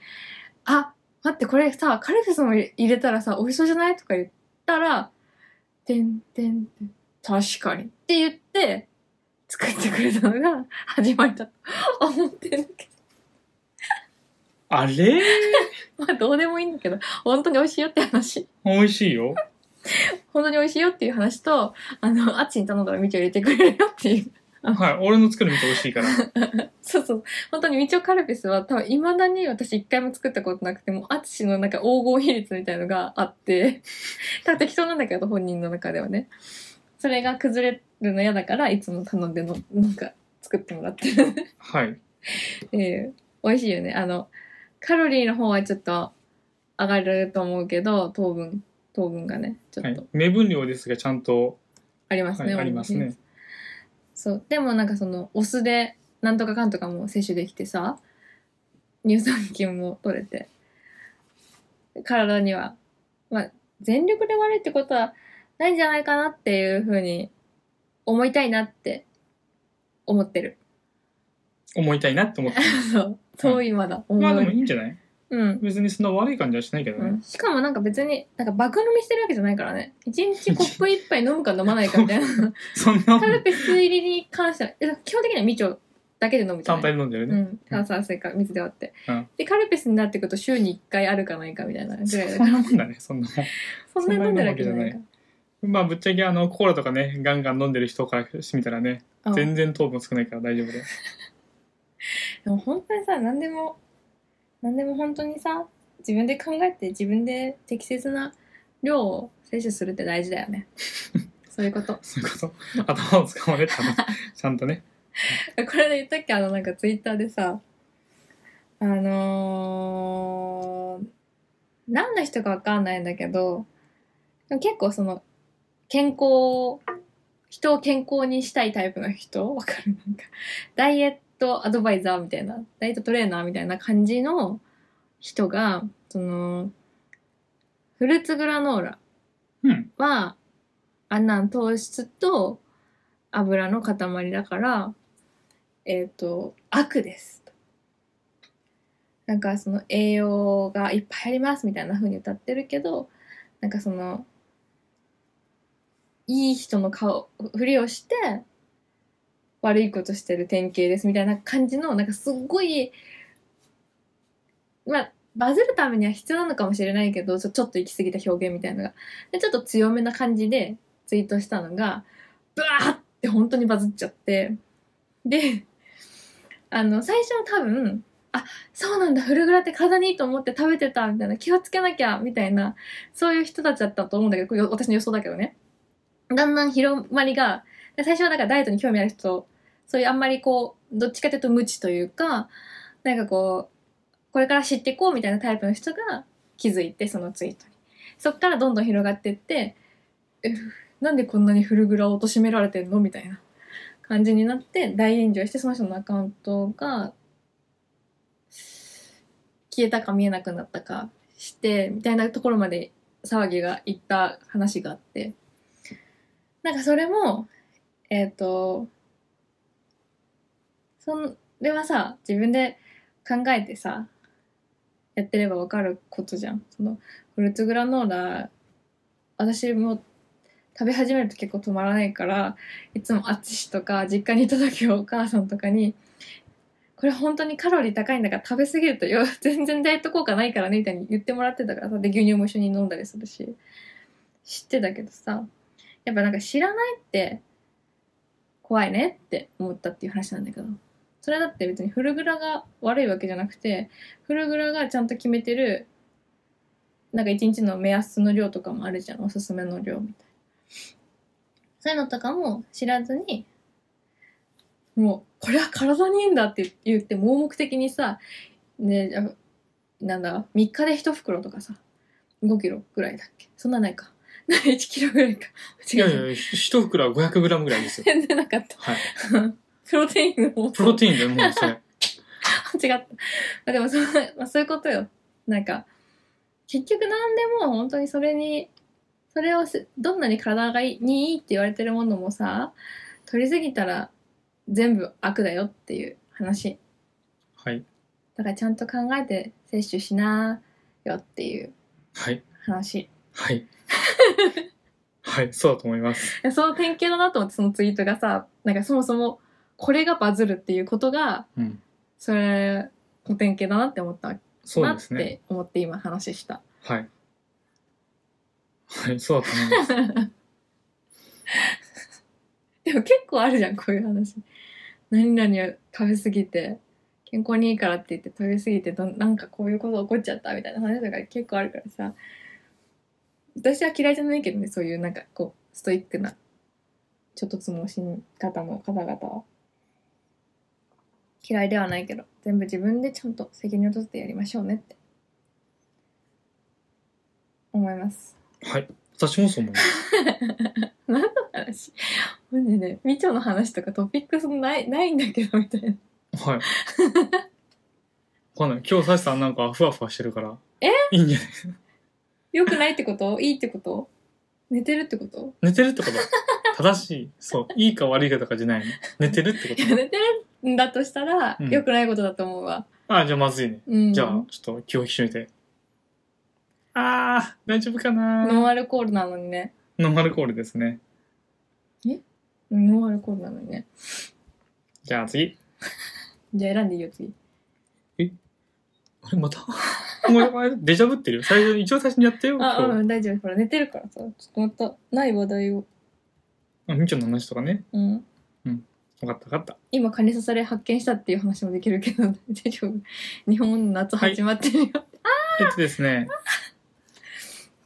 [SPEAKER 2] あ、待って、これさ、カルピスも入れたらさ、美味しそうじゃないとか言ったら、てんてんてん、確かに。って言って、作ってくれたのが始まりだと思ってるんだけ
[SPEAKER 1] あれ
[SPEAKER 2] ど、 まあどうでもいいんだけど、本当に美味しいよって話。
[SPEAKER 1] 美味しいよ。
[SPEAKER 2] 本当に美味しいよっていう話と、あの、あっちに頼んだらみちを入れてくれるよっていう。
[SPEAKER 1] はい。俺の作るみて美味しいから。
[SPEAKER 2] そうそう。本当にみちおカルピスは多分未だに私一回も作ったことなくても、あっちのなんか黄金比率みたいのがあって、 ただ適当なんだけど本人の中ではね。それが崩れるの嫌だから、いつも頼んでの、なんか作ってもらってる。
[SPEAKER 1] はい。
[SPEAKER 2] ええ美味しいよね。あの、カロリーの方はちょっと上がると思うけど、糖分、糖分がね、ちょ
[SPEAKER 1] は
[SPEAKER 2] っと
[SPEAKER 1] い、目分量ですが、ちゃんと、
[SPEAKER 2] あります
[SPEAKER 1] は
[SPEAKER 2] ね。
[SPEAKER 1] い、ありますね。
[SPEAKER 2] そうでもなんかそのお酢でなんとかかんとかも摂取できてさ乳酸菌も取れて体には、まあ、全力で悪いってことはないんじゃないかなっていうふうに思いたいなって思ってる
[SPEAKER 1] 思いたいなって思ってる。
[SPEAKER 2] そうそう今だ思う、
[SPEAKER 1] まあでもいいんじゃない
[SPEAKER 2] うん、
[SPEAKER 1] 別にそんな悪い感じはしないけど
[SPEAKER 2] う
[SPEAKER 1] ね
[SPEAKER 2] ん。しかもなんか別になんか爆飲みしてるわけじゃないからね一日コップ一杯飲むか飲まないかみたいな
[SPEAKER 1] そんな
[SPEAKER 2] カルピス入りに関してはえ基本的にはみちょだけで飲むじゃな
[SPEAKER 1] 単
[SPEAKER 2] い
[SPEAKER 1] 体で飲んでる
[SPEAKER 2] う
[SPEAKER 1] ね。
[SPEAKER 2] ん、炭酸水か水で割って、
[SPEAKER 1] うん
[SPEAKER 2] でカルピスになってくると週に1回あるかないかみたいなぐらいだ
[SPEAKER 1] そ
[SPEAKER 2] か
[SPEAKER 1] ん
[SPEAKER 2] ら
[SPEAKER 1] なもんだね、そんな
[SPEAKER 2] そんなに飲んでるわけじゃないか
[SPEAKER 1] もん。まあぶっちゃけあの、コーラとかね、ガンガン飲んでる人からしてみたらね、
[SPEAKER 2] うん
[SPEAKER 1] 全然糖分少ないから大丈夫 で。
[SPEAKER 2] でも本当にさ何でも何でも本当にさ自分で考えて自分で適切な量を摂取するって大事だよ ねそういうこと
[SPEAKER 1] そういうこと。頭を使われ たの。ちゃんとね。
[SPEAKER 2] これで言ったっけあのなんかツイッターでさあのー、何の人かわかんないんだけどでも結構その健康人を健康にしたいタイプの人わかるなんかダイエットアドバイザーみたいなダイエットトレーナーみたいな感じの人がそのフルーツグラノーラ
[SPEAKER 1] うん。
[SPEAKER 2] はあんなん糖質と油の塊だからえっ、と悪ですとなんかその栄養がいっぱいありますみたいな風に歌ってるけどなんかそのいい人の顔ふりをして悪いことしてる典型ですみたいな感じのなんかすっごいまあバズるためには必要なのかもしれないけどちょちょっと行き過ぎた表現みたいなのがでちょっと強めな感じでツイートしたのがブワーって本当にバズっちゃってであの最初は多分あそうなんだフルグラって体にいいと思って食べてたみたいな気をつけなきゃみたいなそういう人たちだったと思うんだけどこれ私の予想だけどねだんだん広まりがで最初はだからダイエットに興味ある人そういうあんまりこうどっちかというと無知というかなんかこうこれから知っていこうみたいなタイプの人が気づいてそのツイートにそっからどんどん広がってってえなんでこんなにフルグラを貶められてんのみたいな感じになって大炎上してその人のアカウントが消えたか見えなくなったかしてみたいなところまで騒ぎがいった話があってなんかそれもえっ、とそれはさ自分で考えてさやってればわかることじゃんそのフルーツグラノーラ私も食べ始めると結構止まらないからいつも淳とか実家にいた時はお母さんとかに「これ本当にカロリー高いんだから食べ過ぎるとよ 全然ダイエット効果ないからね」みたいに言ってもらってたからさで牛乳も一緒に飲んだりするし知ってたけどさやっぱなんか知らないって怖いねって思ったっていう話なんだけどそれだって別にフルグラが悪いわけじゃなくてフルグラがちゃんと決めてるなんか一日の目安の量とかもあるじゃんおすすめの量みたいなそういうのとかも知らずにもうこれは体にいいんだって言って盲目的にさ、ね、あなんだ3日で1袋とかさ5キロぐらいだっけそんなないか 1キロぐらいか
[SPEAKER 1] い
[SPEAKER 2] 間
[SPEAKER 1] や
[SPEAKER 2] 違
[SPEAKER 1] いや、ひ一袋は 500g ぐらいですよ。
[SPEAKER 2] 全然なかった
[SPEAKER 1] はい。
[SPEAKER 2] プロテインの方
[SPEAKER 1] プロテインでもうそれ。
[SPEAKER 2] 違った。あでもそう、 まあ、そういうことよ。なんか、結局何でも本当にそれに、それをすどんなに体がいいにいいって言われてるものもさ、取りすぎたら全部悪だよっていう話。
[SPEAKER 1] はい。
[SPEAKER 2] だからちゃんと考えて摂取しなよっていう
[SPEAKER 1] はい。
[SPEAKER 2] 話。い
[SPEAKER 1] はい。はい、そうだと思います。
[SPEAKER 2] やその典型だなと思ってそのツイートがさ、なんかそもそもこれがバズるっていうことが、
[SPEAKER 1] うん。
[SPEAKER 2] それ、の典型だなって思ったわけ
[SPEAKER 1] そう
[SPEAKER 2] な
[SPEAKER 1] で
[SPEAKER 2] っ
[SPEAKER 1] すね。
[SPEAKER 2] て思って今話した。
[SPEAKER 1] はい。はい、そうだと思います。
[SPEAKER 2] でも結構あるじゃん、こういう話。何々を食べ過ぎて、健康にいいからって言って食べ過ぎてどん、なんかこういうこと起こっちゃったみたいな話とか結構あるからさ。私は嫌いじゃないけどね、そういうなんかこう、ストイックな、ちょっとつもし方の方々は。嫌いではないけど、全部自分でちゃんと責任を取ってやりましょうねって。思います。
[SPEAKER 1] はい。私もそう思います。
[SPEAKER 2] 話 ほんでねみちょの話とかトピックスないないんだけどみたいな
[SPEAKER 1] はい。わかんない。今日、サシさんなんかふわふわしてるから。
[SPEAKER 2] え
[SPEAKER 1] いいんじゃない
[SPEAKER 2] よくないってこと いいってこと寝てるってこと
[SPEAKER 1] 寝てるってこと正しい。そう。いいか悪いかとかじゃないの。寝てるってこ
[SPEAKER 2] いや
[SPEAKER 1] と
[SPEAKER 2] 寝てるんだとしたら、
[SPEAKER 1] うん
[SPEAKER 2] よくないことだと思うわ、
[SPEAKER 1] あ、じゃあまずいね。
[SPEAKER 2] うん、
[SPEAKER 1] じゃあ、ちょっと気を引き締めて。あー、大丈夫かな
[SPEAKER 2] ノンアルコールなのにね
[SPEAKER 1] ノンアルコールですね。
[SPEAKER 2] ノンアルコールなのにね
[SPEAKER 1] じゃあ次。
[SPEAKER 2] じゃあ選んでいいよ次
[SPEAKER 1] あれ、また お前、お前、デジャブってるよ。最初、一応最初にやってよ。
[SPEAKER 2] あ
[SPEAKER 1] 今
[SPEAKER 2] う
[SPEAKER 1] 日
[SPEAKER 2] ん大丈夫ほら寝てるからさちょっとまたない話題を
[SPEAKER 1] あ、みちょの話とかね。
[SPEAKER 2] うん
[SPEAKER 1] 分かった分かった。
[SPEAKER 2] 今蚊に刺され発見したっていう話もできるけど 大丈夫日本の夏始まってるよ、
[SPEAKER 1] えっとですね。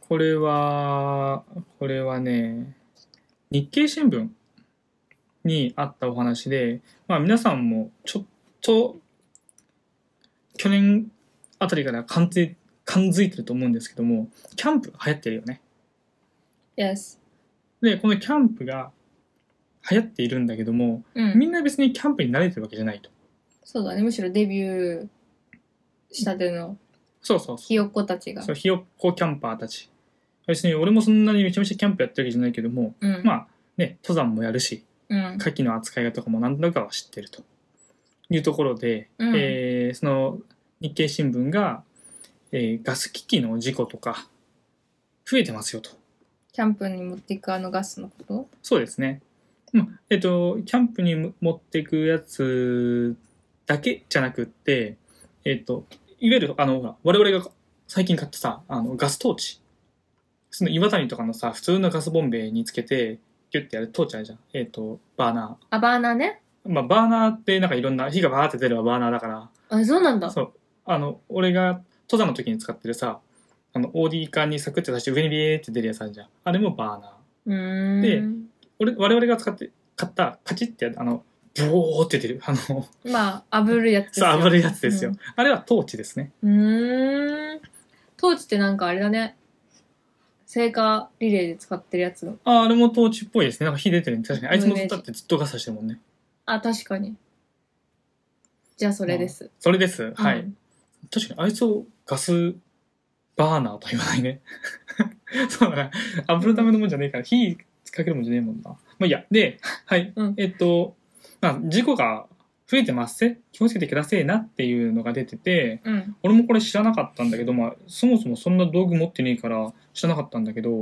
[SPEAKER 1] これは、これはね、日経新聞にあったお話で、まあ皆さんもちょっと、去年あたりから感づい感づいてると思うんですけども、キャンプ流行ってるよね。
[SPEAKER 2] Yes
[SPEAKER 1] で、このキャンプが流行っているんだけども、
[SPEAKER 2] う
[SPEAKER 1] み
[SPEAKER 2] ん
[SPEAKER 1] んな別にキャンプに慣れてるわけじゃないと。
[SPEAKER 2] そうだねむしろデビューしたての
[SPEAKER 1] そうそうそう。
[SPEAKER 2] ひよっこたちが
[SPEAKER 1] そうひよっこキャンパーたち。別に俺もそんなにめちゃめちゃキャンプやってるわけじゃないけども、
[SPEAKER 2] うん
[SPEAKER 1] まあね、登山もやるし、
[SPEAKER 2] うん
[SPEAKER 1] 牡蠣の扱い方とかも何となくは知ってるというところで、
[SPEAKER 2] うん
[SPEAKER 1] えーその日経新聞が、えーガス機器の事故とか増えてますよと
[SPEAKER 2] キャンプに持っていくあのガスのこと
[SPEAKER 1] そうですね、まあえっとキャンプにも持っていくやつだけじゃなくって、えっといわゆるあのほら我々が最近買ったさあのガストーチその岩谷とかのさ普通のガスボンベにつけてギュッてやるトーチあるじゃん、えっとバーナー
[SPEAKER 2] あバーナーね
[SPEAKER 1] まあ、バーナーってなんかいろんな火がバーって出るのはバーナーだか
[SPEAKER 2] あそうなん
[SPEAKER 1] ら
[SPEAKER 2] だ
[SPEAKER 1] そうあの俺が登山の時に使ってるさあの OD 缶にサクッて出して上にビエーって出るやつあるじゃんあれもバーナー
[SPEAKER 2] うーん
[SPEAKER 1] 俺我々が使って買ったカチッてあのボーって出るあの
[SPEAKER 2] まあ炙るやつですよ
[SPEAKER 1] さあぶるやつですよ、
[SPEAKER 2] うん
[SPEAKER 1] あれはトーチですね
[SPEAKER 2] うーんトーチってなんかあれだね聖火リレーで使ってるやつ
[SPEAKER 1] ああれもトーチっぽいですねなんか火出てるね確かにあいつもだってずっとガサしてるもんね
[SPEAKER 2] あ確かにじゃあそれです、
[SPEAKER 1] それですはい、
[SPEAKER 2] うん
[SPEAKER 1] 確かにあいつをガスバーナーとは言わないね そうだな炙るためのもんじゃねえから火かけるもんじゃねえもんなまあいいやではい、
[SPEAKER 2] うん
[SPEAKER 1] えっと、まあ、事故が増えてますせ気をつけてくださいなっていうのが出てて
[SPEAKER 2] うん。
[SPEAKER 1] 俺もこれ知らなかったんだけど、まあ、そもそもそんな道具持ってねえから知らなかったんだけどと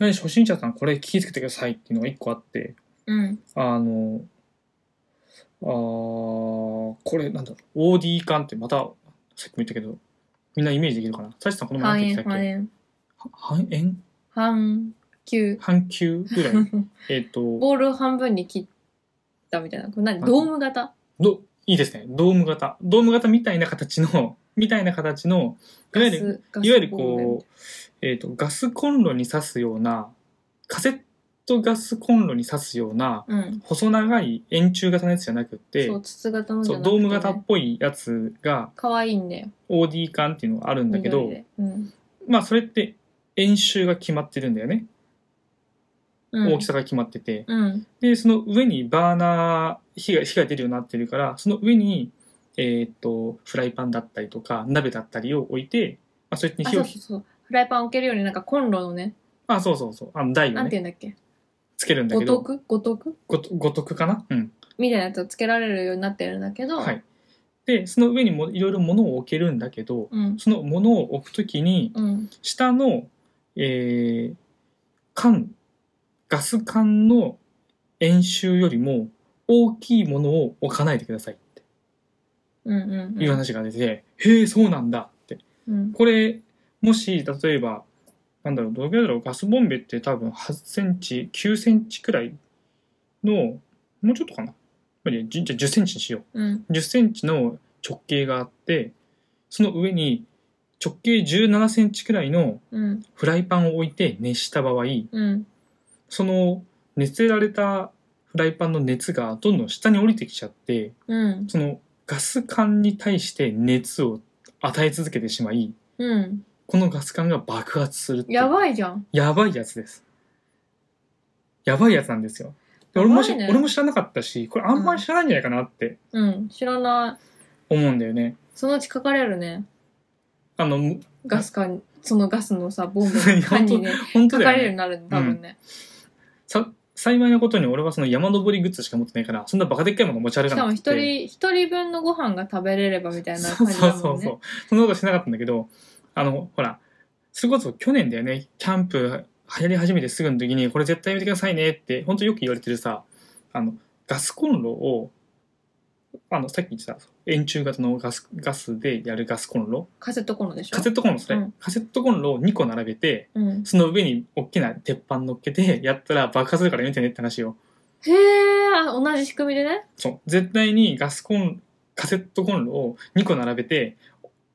[SPEAKER 1] りあえず初心者さんこれ気をつけてくださいっていうのが一個あって
[SPEAKER 2] うん。
[SPEAKER 1] あのあーこれなんだろう OD 缶ってまたさっきも言ったけどみんなイメージできるかなサチさんこの前何て言っ
[SPEAKER 2] 半円、
[SPEAKER 1] てたっ
[SPEAKER 2] 半
[SPEAKER 1] けは半
[SPEAKER 2] 円。
[SPEAKER 1] 円
[SPEAKER 2] 半球。
[SPEAKER 1] 半球ぐらいえっと
[SPEAKER 2] ボールを半分に切ったみたいな。これ何
[SPEAKER 1] はい
[SPEAKER 2] ドーム型
[SPEAKER 1] どいいですねドーム型ドーム型みたいな形のみたいな形のいわゆる
[SPEAKER 2] ガス
[SPEAKER 1] いわゆる
[SPEAKER 2] ボール
[SPEAKER 1] こう、えー、とガスコンロに刺すようなカセットガスコンロに刺すような
[SPEAKER 2] うん。
[SPEAKER 1] 細長い円柱型のやつじゃなくって
[SPEAKER 2] そう、筒型のじ
[SPEAKER 1] そ
[SPEAKER 2] ゃ
[SPEAKER 1] う
[SPEAKER 2] なくて
[SPEAKER 1] ド
[SPEAKER 2] ね
[SPEAKER 1] ーム型っぽいやつが
[SPEAKER 2] 可愛いんだよ。
[SPEAKER 1] OD 缶っていうのがあるんだけ
[SPEAKER 2] 緑
[SPEAKER 1] ど
[SPEAKER 2] でうん
[SPEAKER 1] まあそれって円周が決まってるんだよね、
[SPEAKER 2] うん
[SPEAKER 1] 大きさが決まってて
[SPEAKER 2] うん。
[SPEAKER 1] でその上にバーナー火が火が出るようになってるからその上に、えー、とフライパンだったりとか鍋だったりを置いて、まあ、それに
[SPEAKER 2] あ、
[SPEAKER 1] 火
[SPEAKER 2] そ
[SPEAKER 1] を
[SPEAKER 2] うそうそう。フライパン置けるようになんかコンロのね、
[SPEAKER 1] あそうそうそうあの台を
[SPEAKER 2] なんて
[SPEAKER 1] ね
[SPEAKER 2] 言うんだっけ
[SPEAKER 1] つけるんだ
[SPEAKER 2] 五
[SPEAKER 1] けど
[SPEAKER 2] 徳五徳
[SPEAKER 1] ごとごとくかな、うん
[SPEAKER 2] みたいなやつをつけられるようになってるんだけど、
[SPEAKER 1] はい、でその上にもいろいろ物を置けるんだけど
[SPEAKER 2] うん。
[SPEAKER 1] その物を置くときに
[SPEAKER 2] うん。
[SPEAKER 1] 下の、えー缶ガス缶の円周よりも大きいものを置かないでくださいって
[SPEAKER 2] うんうんうん。
[SPEAKER 1] いう話が出て、へえそうなんだって
[SPEAKER 2] うん。
[SPEAKER 1] これもし例えばなんだろうどれぐらいだろうガスボンベって多分8センチ9センチくらいのもうちょっとかなまあいいやじじゃあ10センチにしよう
[SPEAKER 2] うん。
[SPEAKER 1] 1 0ンチの直径があってその上に直径1 7センチくらいの
[SPEAKER 2] うん。
[SPEAKER 1] フライパンを置いて熱した場合
[SPEAKER 2] うん。
[SPEAKER 1] その熱せられたフライパンの熱がどんどん下に降りてきちゃって
[SPEAKER 2] うん。
[SPEAKER 1] そのガス管に対して熱を与え続けてしまい
[SPEAKER 2] うん。
[SPEAKER 1] このガス管が爆発するっていう
[SPEAKER 2] やばいじゃん。
[SPEAKER 1] やばいやつですやばいやつなんですよで俺もし
[SPEAKER 2] やばいね
[SPEAKER 1] 俺も知らなかったしこれあんまり知らないんじゃないかなって
[SPEAKER 2] うん。知らない。
[SPEAKER 1] 思うんだよね、
[SPEAKER 2] そのうち書かれるね。
[SPEAKER 1] あの
[SPEAKER 2] ガス管、そのガスのさ、ボンベ
[SPEAKER 1] い
[SPEAKER 2] の
[SPEAKER 1] や
[SPEAKER 2] 管にね、
[SPEAKER 1] 本当
[SPEAKER 2] 書
[SPEAKER 1] だ
[SPEAKER 2] か
[SPEAKER 1] よ
[SPEAKER 2] れ
[SPEAKER 1] ね
[SPEAKER 2] るようになるんだ、多分ね。
[SPEAKER 1] さ幸いなことに俺はその山登りグッズしか持ってないからそんなバカでっかいもの持ち歩
[SPEAKER 2] し
[SPEAKER 1] か
[SPEAKER 2] か
[SPEAKER 1] な
[SPEAKER 2] も
[SPEAKER 1] くて
[SPEAKER 2] 一人、一人分のご飯が食べれればみたいな
[SPEAKER 1] そ
[SPEAKER 2] 感
[SPEAKER 1] う
[SPEAKER 2] じ
[SPEAKER 1] そう
[SPEAKER 2] だ
[SPEAKER 1] そ
[SPEAKER 2] もん
[SPEAKER 1] う
[SPEAKER 2] ね
[SPEAKER 1] そ。うそんなことしなかったんだけどあのほらそれこそ去年だよねキャンプ流行り始めてすぐの時にこれ絶対やめてくださいねって本当よく言われてるさあのガスコンロをあのさっき言ってた円柱型のガスガスでやるガスコンロ
[SPEAKER 2] カセットコンロでしょ
[SPEAKER 1] カセットコンロそれ、
[SPEAKER 2] うん
[SPEAKER 1] カセットコンロを2個並べて
[SPEAKER 2] うん。
[SPEAKER 1] その上に大きな鉄板乗っけて やったら爆発するからやめてねって話よ
[SPEAKER 2] へえ、あ同じ仕組みでね。
[SPEAKER 1] そう絶対にガスコンカセットコンロを2個並べて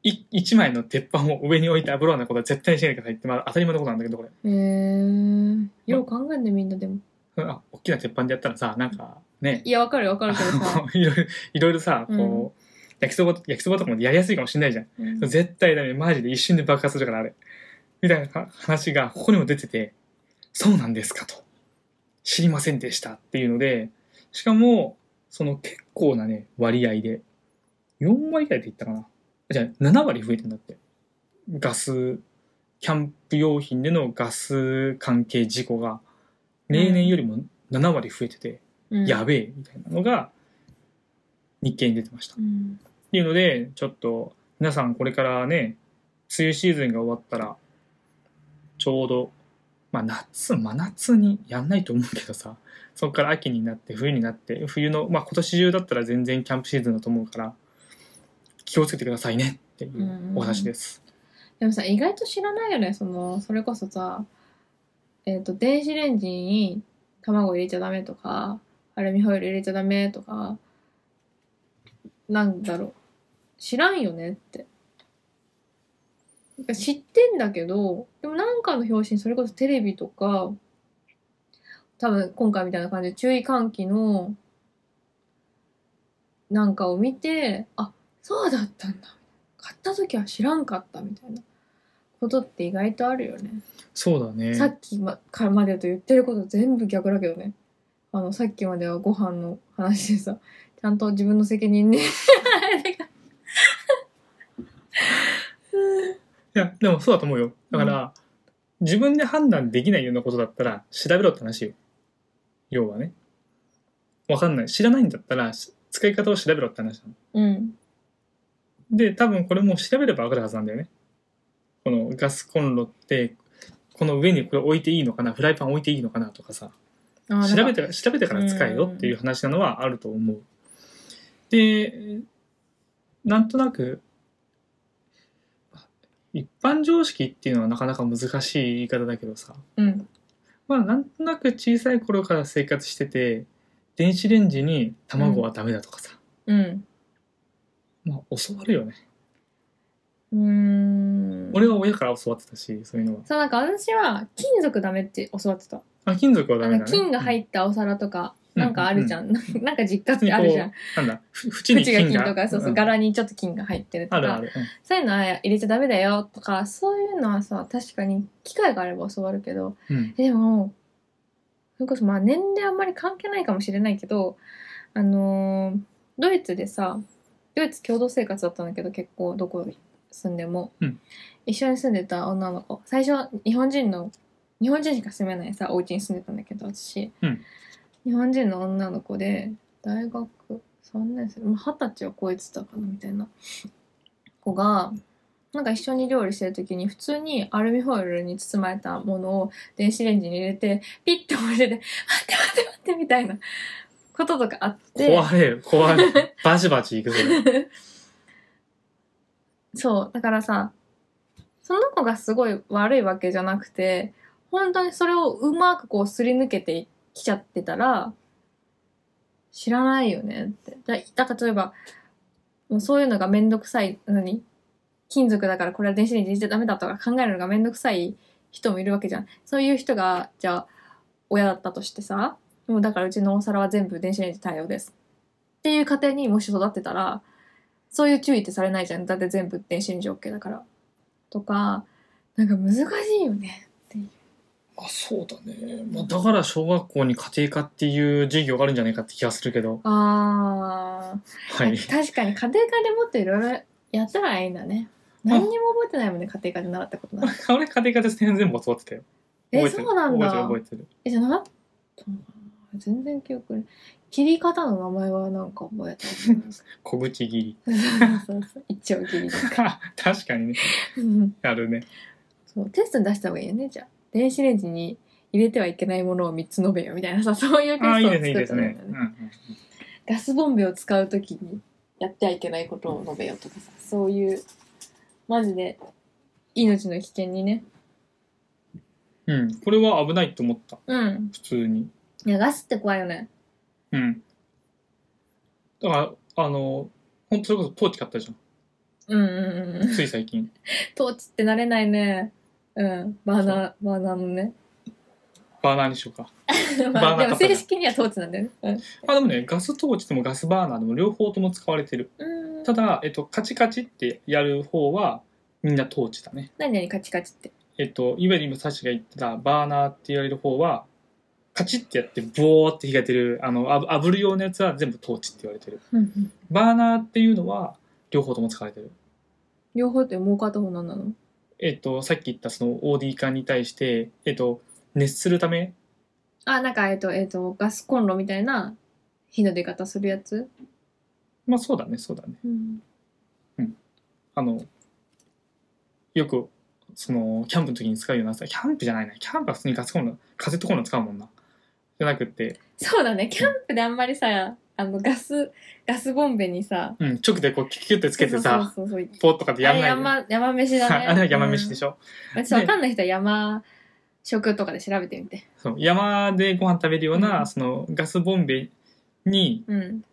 [SPEAKER 1] 1枚の鉄板を上に置いて油をなことは絶対にしないでくださいって、まあ、当たり前のことなんだけどこれ
[SPEAKER 2] へえ。よう考えんね、みんなでも。
[SPEAKER 1] あ大きな鉄板でやったらさなんかね
[SPEAKER 2] いや、わかるよわかるけど さ。
[SPEAKER 1] いろいろいろいろさこう、
[SPEAKER 2] うん
[SPEAKER 1] 焼きそば焼きそばとかもやりやすいかもしれないじゃん、
[SPEAKER 2] うん
[SPEAKER 1] 絶対ダメマジで一瞬で爆発するからあれみたいな話がここにも出ててそうなんですかと知りませんでしたっていうのでしかもその結構なね割合で4割ぐらいって言ったかなじゃあ7割増えてんだってガスキャンプ用品でのガス関係事故が例年よりも7割増えてて、
[SPEAKER 2] うん
[SPEAKER 1] やべえみたいなのが日経に出てました
[SPEAKER 2] うん
[SPEAKER 1] っていうのでちょっと皆さんこれからね梅雨シーズンが終わったらちょうどまあ夏真夏にやんないと思うけどさそこから秋になって冬になって冬のまあ今年中だったら全然キャンプシーズンだと思うから気をつけてくださいねっていうお話です。
[SPEAKER 2] でもさ、意外と知らないよね。その、それこそさ、えっ、と、電子レンジに卵入れちゃダメとか、アルミホイル入れちゃダメとか、なんだろう。知らんよねって。なんか知ってんだけど、でもなんかの表紙にそれこそテレビとか、多分今回みたいな感じで注意喚起のなんかを見て、あ、そうだったんだ。買った時は知らんかったみたいなことって意外とあるよね。
[SPEAKER 1] そうだね
[SPEAKER 2] さっきまからまでと言ってること全部逆だけどね。あの、さっきまではご飯の話でさ、 ちゃんと自分の責任に
[SPEAKER 1] いやでもそうだと思うよだから、自分で判断できないようなことだったら調べろって話よ要はねわかんない知らないんだったらし使い方を調べろって話なの。
[SPEAKER 2] うん。
[SPEAKER 1] で、多分これもう調べればわかるはずなんだよね。このガスコンロって、この上にこれ置いていいのかな、フライパン置いていいのかなとかさ、
[SPEAKER 2] あー
[SPEAKER 1] 調べ
[SPEAKER 2] なんか
[SPEAKER 1] て、調べてから使えよっていう話なのはあると思う。で、なんとなく、一般常識っていうのはなかなか難しい言い方だけどさ、
[SPEAKER 2] うん。
[SPEAKER 1] まあなんとなく小さい頃から生活してて、電子レンジに卵はダメだとかさ、
[SPEAKER 2] うん。
[SPEAKER 1] まあ教わるよね。
[SPEAKER 2] うーん。
[SPEAKER 1] 俺は親から教わってたし、そういうのは。
[SPEAKER 2] そう、なんか私は金属ダメって教わってた。
[SPEAKER 1] あ、金属はダ
[SPEAKER 2] あ
[SPEAKER 1] メ
[SPEAKER 2] の
[SPEAKER 1] だね。
[SPEAKER 2] 金が入
[SPEAKER 1] っ
[SPEAKER 2] ったお皿とか、
[SPEAKER 1] うん
[SPEAKER 2] なんかあるじゃん。 なんか実家ってあるじゃん。
[SPEAKER 1] なんだ、ふ縁に
[SPEAKER 2] 縁が
[SPEAKER 1] 金
[SPEAKER 2] 金
[SPEAKER 1] が。
[SPEAKER 2] とか、そうそう、
[SPEAKER 1] ん
[SPEAKER 2] 柄にちょっと金が入ってると
[SPEAKER 1] あるあ
[SPEAKER 2] か、
[SPEAKER 1] る。
[SPEAKER 2] そういうのは入れちゃダメだよとか、そういうのはさ、確かに機会があれば教わるけど、
[SPEAKER 1] うんうん。
[SPEAKER 2] でも、それこそまあ年齢あんまり関係ないかもしれないけど、あのードイツでさ、ドイツ共同生活だったんだけど結構どこ住んでも、
[SPEAKER 1] うん
[SPEAKER 2] 一緒に住んでた女の子、最初は日本人の、日本人しか住めないさ、お家に住んでたんだけど、私、
[SPEAKER 1] うん
[SPEAKER 2] 日本人の女の子で、大学3年生、まあ二十歳を超えてたかなみたいな子が、なんか一緒に料理してる時に普通にアルミホイルに包まれたものを電子レンジに入れて、ピッて押してて、待って待って待ってみたいなこととかあって、
[SPEAKER 1] 壊れる、壊れ る。バチバチいくぞ。
[SPEAKER 2] そう、だからさ、その子がすごい悪いわけじゃなくて、本当にそれをうまくこうすり抜けてきちゃってたら、知らないよねって。だだから例えば、もうそういうのがめんどくさい、何金属だからこれは電子レンジにしちゃダメだとか考えるのがめんどくさい人もいるわけじゃん。そういう人が、じゃあ、親だったとしてさ、もうだからうちのお皿は全部電子レンジ対応です。っていう家庭にもし育ってたら、そういう注意ってされないじゃん。だって全部電子レンジ OK だから。とか、なんか難しいよね。
[SPEAKER 1] あ、そうだね。まあ、だから小学校に家庭科っていう授業があるんじゃないかって気がするけど。
[SPEAKER 2] あー、
[SPEAKER 1] はい。
[SPEAKER 2] 確かに家庭科でもっといろいろやったらいいんだね。何にも覚えてないもんね、家庭科で習ったことなら。
[SPEAKER 1] 俺家庭科で全部教わってたよ。
[SPEAKER 2] え、
[SPEAKER 1] 覚て
[SPEAKER 2] そ
[SPEAKER 1] る
[SPEAKER 2] うなんだ。
[SPEAKER 1] 覚えてる覚えてる。
[SPEAKER 2] え、じゃなかったのかな全然記憶ない。切り方の名前はなんか覚えてる。
[SPEAKER 1] 小口切り。
[SPEAKER 2] そうそうそう。一応切りとか。
[SPEAKER 1] 確かにね。
[SPEAKER 2] うん
[SPEAKER 1] あるね。
[SPEAKER 2] そう、テストに出した方がいいよね、じゃあ。電子レンジに入れてはいけないものを3つ述べよみたいなさ、そういうテ
[SPEAKER 1] ああ、
[SPEAKER 2] ス
[SPEAKER 1] い
[SPEAKER 2] ト
[SPEAKER 1] い
[SPEAKER 2] を
[SPEAKER 1] ですね、いい
[SPEAKER 2] 作
[SPEAKER 1] ですねうん
[SPEAKER 2] ると思うんだ。よね
[SPEAKER 1] う。ん
[SPEAKER 2] ガスボンベを使うときにやってはいけないことを述べよとかさ、そういう、マジで命の危険にね。
[SPEAKER 1] うん。これは危ないと思った。
[SPEAKER 2] うん。
[SPEAKER 1] 普通に。
[SPEAKER 2] いや、ガスって怖いよね。
[SPEAKER 1] うん。だから、あの、本当それこそトーチ買ったじゃ
[SPEAKER 2] うんうんうん
[SPEAKER 1] ん。。つい最近。
[SPEAKER 2] トーチって慣れないね。うん。バーナー、バーナーのね。
[SPEAKER 1] バーナーにしようか。
[SPEAKER 2] ま
[SPEAKER 1] バー
[SPEAKER 2] あ、で
[SPEAKER 1] ナー
[SPEAKER 2] も
[SPEAKER 1] 買ったね
[SPEAKER 2] 正式にはトーチなんだよね。うん
[SPEAKER 1] あでもね、ガストーチでもガスバーナーでも両方とも使われてる。
[SPEAKER 2] うん。
[SPEAKER 1] ただ、えっと、カチカチってやる方は、みんなトーチだね。
[SPEAKER 2] 何々カチカチって。
[SPEAKER 1] えっと、いわゆる今、サシが言ってたバーナーって言われる方は、カチってやって、ボーって火が出る、あの、あぶ炙るようなやつは全部トーチって言われてる。バーナーっていうのは、両方とも使われてる。
[SPEAKER 2] 両方ってもう片方何なの
[SPEAKER 1] えっと、さっき言ったその OD 化に対して、えっと、熱するため、
[SPEAKER 2] あ、なんか、えっと、えっと、ガスコンロみたいな火の出方するやつ。
[SPEAKER 1] まあそうだね、そうだね。
[SPEAKER 2] うん。
[SPEAKER 1] あの、よく、その、キャンプの時に使うようなさ、キャンプじゃないな、キャンプは普通にガスコンロ、カセットコンロ使うもんな。じゃなくって、
[SPEAKER 2] そうだね、キャンプであんまりさ、あの、ガス、ガスボンベにさ、
[SPEAKER 1] うん、直でこう、キュッキュッてつけてさ、
[SPEAKER 2] そうそうそうそう
[SPEAKER 1] ポッとかってや
[SPEAKER 2] あ
[SPEAKER 1] ん
[SPEAKER 2] れ
[SPEAKER 1] ないよ。
[SPEAKER 2] 山、山飯だね。
[SPEAKER 1] あれは山飯でし
[SPEAKER 2] ょ。
[SPEAKER 1] ょ、
[SPEAKER 2] 私わかんない人は山食とかで調べてみて。
[SPEAKER 1] そう山でご飯食べるような、
[SPEAKER 2] うん
[SPEAKER 1] そのガスボンベに
[SPEAKER 2] うん。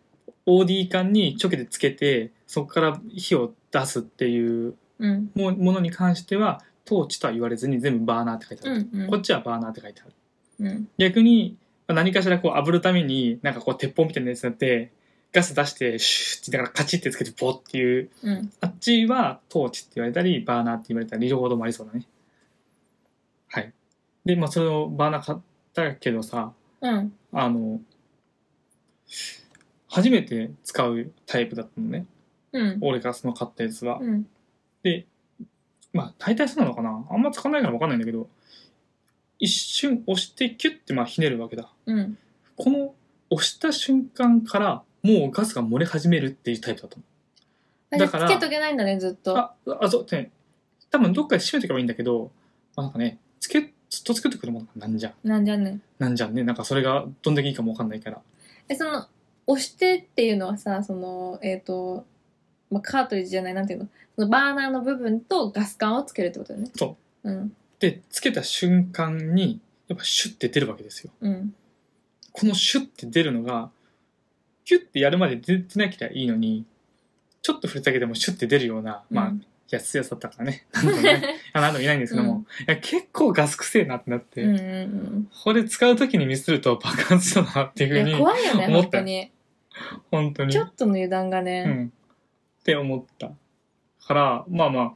[SPEAKER 1] OD 缶に直でつけてそこから火を出すっていう
[SPEAKER 2] うん。
[SPEAKER 1] もものに関してはトーチとは言われずに全部バーナーって書いてあ
[SPEAKER 2] う
[SPEAKER 1] る、
[SPEAKER 2] ん。うん
[SPEAKER 1] こっちはバーナーって書いてある
[SPEAKER 2] うん。
[SPEAKER 1] 逆にまあ何かしらこう炙るためになんかこう鉄砲みたいなやつになってガス出してシューってだからカチッてつけてボッっていう
[SPEAKER 2] うん。
[SPEAKER 1] あっちはトーチって言われたりバーナーって言われたり両方ともありそうだねはいでまあそれをバーナー買ったけどさ
[SPEAKER 2] うん。
[SPEAKER 1] あの初めて使うタイプだったのね
[SPEAKER 2] うん。
[SPEAKER 1] 俺がその買ったやつは、
[SPEAKER 2] うん。
[SPEAKER 1] でまあ大体そうなのかなあんま使わないから分かんないんだけど一瞬押してキュッてまあひねるわけだ
[SPEAKER 2] うん。
[SPEAKER 1] この押した瞬間からもうガスが漏れ始めるっていうタイプだと思
[SPEAKER 2] あじゃあ
[SPEAKER 1] だから
[SPEAKER 2] つけとけないんだね、ずっ
[SPEAKER 1] う。
[SPEAKER 2] と。
[SPEAKER 1] あ、あ、そう、でね、多分どっかで閉めとけばいいんだけど、まあ、なんかね、つけ、ずっとつけとくのもなんじゃん。
[SPEAKER 2] なんじゃね。
[SPEAKER 1] なんじゃんね。なんかそれがどんだけいいかもわかんないから。
[SPEAKER 2] え、その、押してっていうのはさ、その、えっ、と、まあ、カートリッジじゃない、なんていうの、そのバーナーの部分とガス管をつけるってことだよね。。
[SPEAKER 1] そう
[SPEAKER 2] うん、
[SPEAKER 1] で、つけた瞬間に、やっぱシュッて出るわけですよ。
[SPEAKER 2] うん、
[SPEAKER 1] このシュッて出るのが、キュッてやるまで出てなきゃいいのに、ちょっと触れただけでもシュッて出るような、まあ、
[SPEAKER 2] うん
[SPEAKER 1] やつやつだったからね。なんともね、あなんとも言えないんですけども、
[SPEAKER 2] うん
[SPEAKER 1] いや結構ガスくせえなってなって、
[SPEAKER 2] うん、うん
[SPEAKER 1] これ使う時にミスると爆発するなっていう
[SPEAKER 2] うん。
[SPEAKER 1] ふう
[SPEAKER 2] いや、
[SPEAKER 1] に、
[SPEAKER 2] 怖いよね、
[SPEAKER 1] 思っ
[SPEAKER 2] 本
[SPEAKER 1] た
[SPEAKER 2] 当
[SPEAKER 1] よ
[SPEAKER 2] に。
[SPEAKER 1] 本当に
[SPEAKER 2] ちょ、っとの油断が
[SPEAKER 1] う
[SPEAKER 2] ね。
[SPEAKER 1] ん、って思った。から、まあまあ、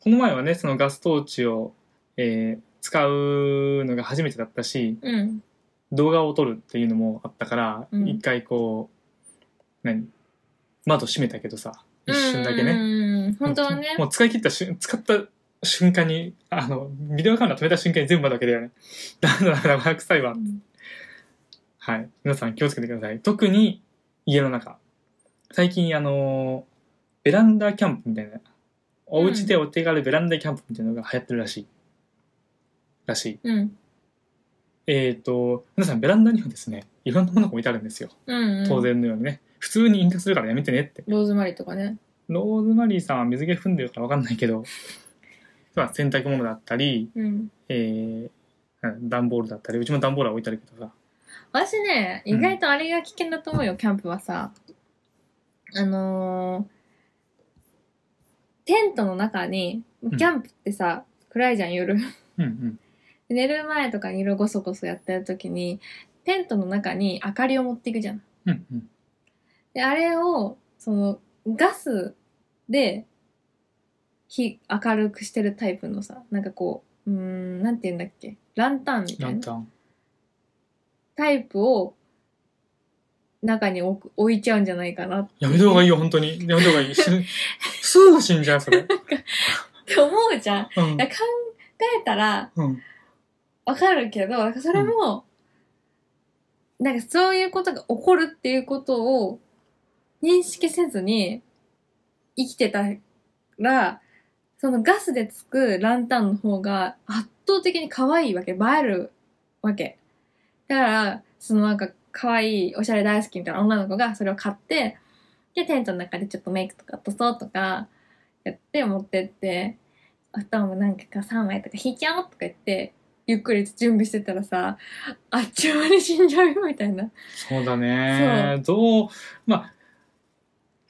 [SPEAKER 1] この前はね、そのガストーチを、えー使うのが初めてだったし、
[SPEAKER 2] うん、
[SPEAKER 1] 動画を撮るっていうのもあったから、
[SPEAKER 2] うん
[SPEAKER 1] 一回こう何窓閉めたけどさ一瞬だけ
[SPEAKER 2] うん
[SPEAKER 1] ね、
[SPEAKER 2] うんうん、本当はね
[SPEAKER 1] もう。もう使い切った瞬使った瞬間にあのビデオカメラ止めた瞬間に全部窓開けだよねなんだなんだ生臭いわ
[SPEAKER 2] うん
[SPEAKER 1] はい皆さん気をつけてください特に家の中最近あのベランダキャンプみたいなお家でお手軽ベランダキャンプみたいなのが流行ってるらしい、らしい
[SPEAKER 2] うん、
[SPEAKER 1] えっ、と皆さんベランダにはですねいろんなものが置いてあるんですよ
[SPEAKER 2] うん、うん。
[SPEAKER 1] 当。然のようにね、普通に引火するからやめてねって
[SPEAKER 2] ローズマリーとかね。
[SPEAKER 1] ローズマリーさんは水気踏んでるから分かんないけど、まあ、洗濯物だったり、
[SPEAKER 2] うん。
[SPEAKER 1] えー、うん段ボールだったりうちも段ボールは置いてあるけどさ
[SPEAKER 2] 私ね、意外とあれが危険だと思うよ、キャンプはさ。あのーテントの中に、
[SPEAKER 1] ん
[SPEAKER 2] キャンプってさ、暗いじゃん、夜。
[SPEAKER 1] うんうん
[SPEAKER 2] 寝る前とかに色ごそごそやってる時に、テントの中に明かりを持っていくじゃん。
[SPEAKER 1] うんうん
[SPEAKER 2] で、あれを、その、ガスで、火、明るくしてるタイプのさ、なんかこう、うーん、なんて言うんだっけ、ランタンみた
[SPEAKER 1] ラ
[SPEAKER 2] い
[SPEAKER 1] ン
[SPEAKER 2] な。
[SPEAKER 1] タン
[SPEAKER 2] タイプを中に置く置いちゃうんじゃないかなっ
[SPEAKER 1] やめた方がいいよ本当にやめた方がいい死ぬすぐ死んじゃうそれ
[SPEAKER 2] て思うじゃん。い
[SPEAKER 1] うん
[SPEAKER 2] や考えたら
[SPEAKER 1] うん
[SPEAKER 2] わかるけど、なんかそれも、なんかそういうことが起こるっていうことを認識せずに生きてたら、そのガスでつくランタンの方が圧倒的に可愛いわけ、映えるわけ。だから、そのなんか可愛い、おしゃれ大好きみたいな女の子がそれを買って、で、テントの中でちょっとメイクとか塗装とかやって持ってって、お布団もなんか3枚とか引いちゃおうとか言って、ゆっくり準備してたらさ、あっちゅう間に死んじゃうよみたいな。
[SPEAKER 1] そうだねどうま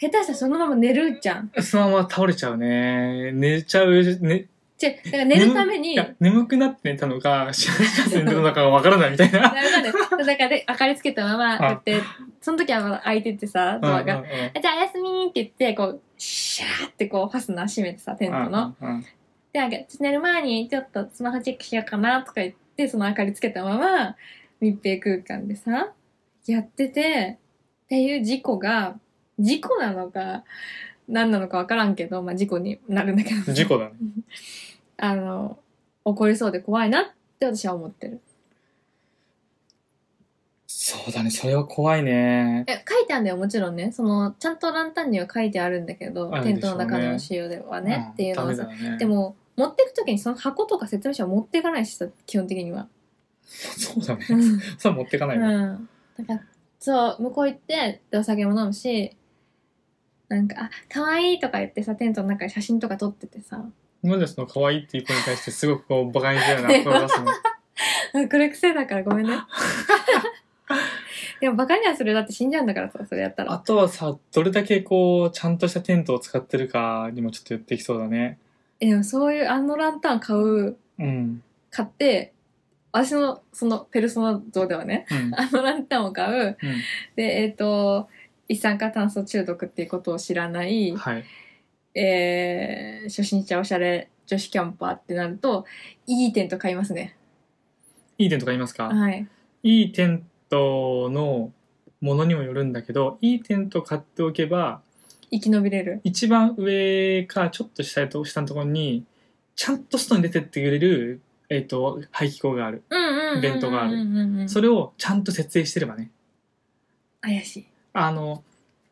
[SPEAKER 2] 下手したらそのまま寝るじゃん。
[SPEAKER 1] あそのまま倒れちゃうね寝ちゃう、ね、
[SPEAKER 2] ちぇ、だから寝るため
[SPEAKER 1] い
[SPEAKER 2] に、
[SPEAKER 1] や眠くなって寝たのか幸せに寝たのかがわからないみたいな
[SPEAKER 2] なるほどね。だからで、明かりつけたまま、やって、その時はまだ開いててさ、ドア
[SPEAKER 1] うんう
[SPEAKER 2] が。
[SPEAKER 1] んうん
[SPEAKER 2] あじゃあ、おやすみって言って、こう、シャーってこう、ファスナー閉めてさ、テントの。
[SPEAKER 1] うんうんうん
[SPEAKER 2] で、なんか、ちょっと寝る前に、ちょっとスマホチェックしようかな、とか言って、その明かりつけたまま、密閉空間でさ、やってて、っていう事故が、事故なのか、何なのかわからんけど、まあ、事故になるんだけど。
[SPEAKER 1] 事故だね
[SPEAKER 2] あの、起こりそうで怖いなって私は思ってる。
[SPEAKER 1] そうだね、それは怖いね。
[SPEAKER 2] え、書いてあるんだよ、もちろんね。その、ちゃんとランタンには書いてあるんだけど、
[SPEAKER 1] ある
[SPEAKER 2] テ
[SPEAKER 1] でしょうね
[SPEAKER 2] ントの中の仕様ではね、っていうのは
[SPEAKER 1] ん
[SPEAKER 2] さ
[SPEAKER 1] ダ。メだね
[SPEAKER 2] で、も、持ってくときにその箱とか説明書は持っていかないしさ、基本的に は。
[SPEAKER 1] そうだね。
[SPEAKER 2] うん
[SPEAKER 1] それ持ってかないわ。
[SPEAKER 2] うん。だから、そう、向こう行って、でお酒も飲むし、なんか、あ、可愛いとか言ってさ、テントの中で写真とか撮っててさ、
[SPEAKER 1] なんでその可愛いっていう子に対してすごくこう、馬鹿にするような声を出すの。
[SPEAKER 2] あこれ癖だからごめ んね。でも、バカにはするだって死んじゃうんだからさ、それやった
[SPEAKER 1] あ
[SPEAKER 2] ら。
[SPEAKER 1] とはさ、どれだけこう、ちゃんとしたテントを使ってるかにもちょっと言ってきそうだね。
[SPEAKER 2] えでも、そういう、あのランタン買う、
[SPEAKER 1] うん。
[SPEAKER 2] 買って、私の、その、ペルソナ像ではね、
[SPEAKER 1] うん。
[SPEAKER 2] あのランタンを買う、で、えっ、と、一酸化炭素中毒っていうことを知らな
[SPEAKER 1] う
[SPEAKER 2] い
[SPEAKER 1] ん。、はい。
[SPEAKER 2] えー、初心者おしゃれ女子キャンパーってなると、いいテント買いますね。
[SPEAKER 1] いいテント買いますか
[SPEAKER 2] はい。
[SPEAKER 1] いいテントのものにもよるんだけど、いいテント買っておけば、
[SPEAKER 2] 生き延びれる。
[SPEAKER 1] 一番上かちょっと下と下のところに、ちゃんと外に出てってくれる、えっ、と、排気口がある。
[SPEAKER 2] うんうんうんうんうんうん。
[SPEAKER 1] イベントがある
[SPEAKER 2] うんうんうん
[SPEAKER 1] それをちゃんと設営してればね。
[SPEAKER 2] 怪しい。
[SPEAKER 1] あの、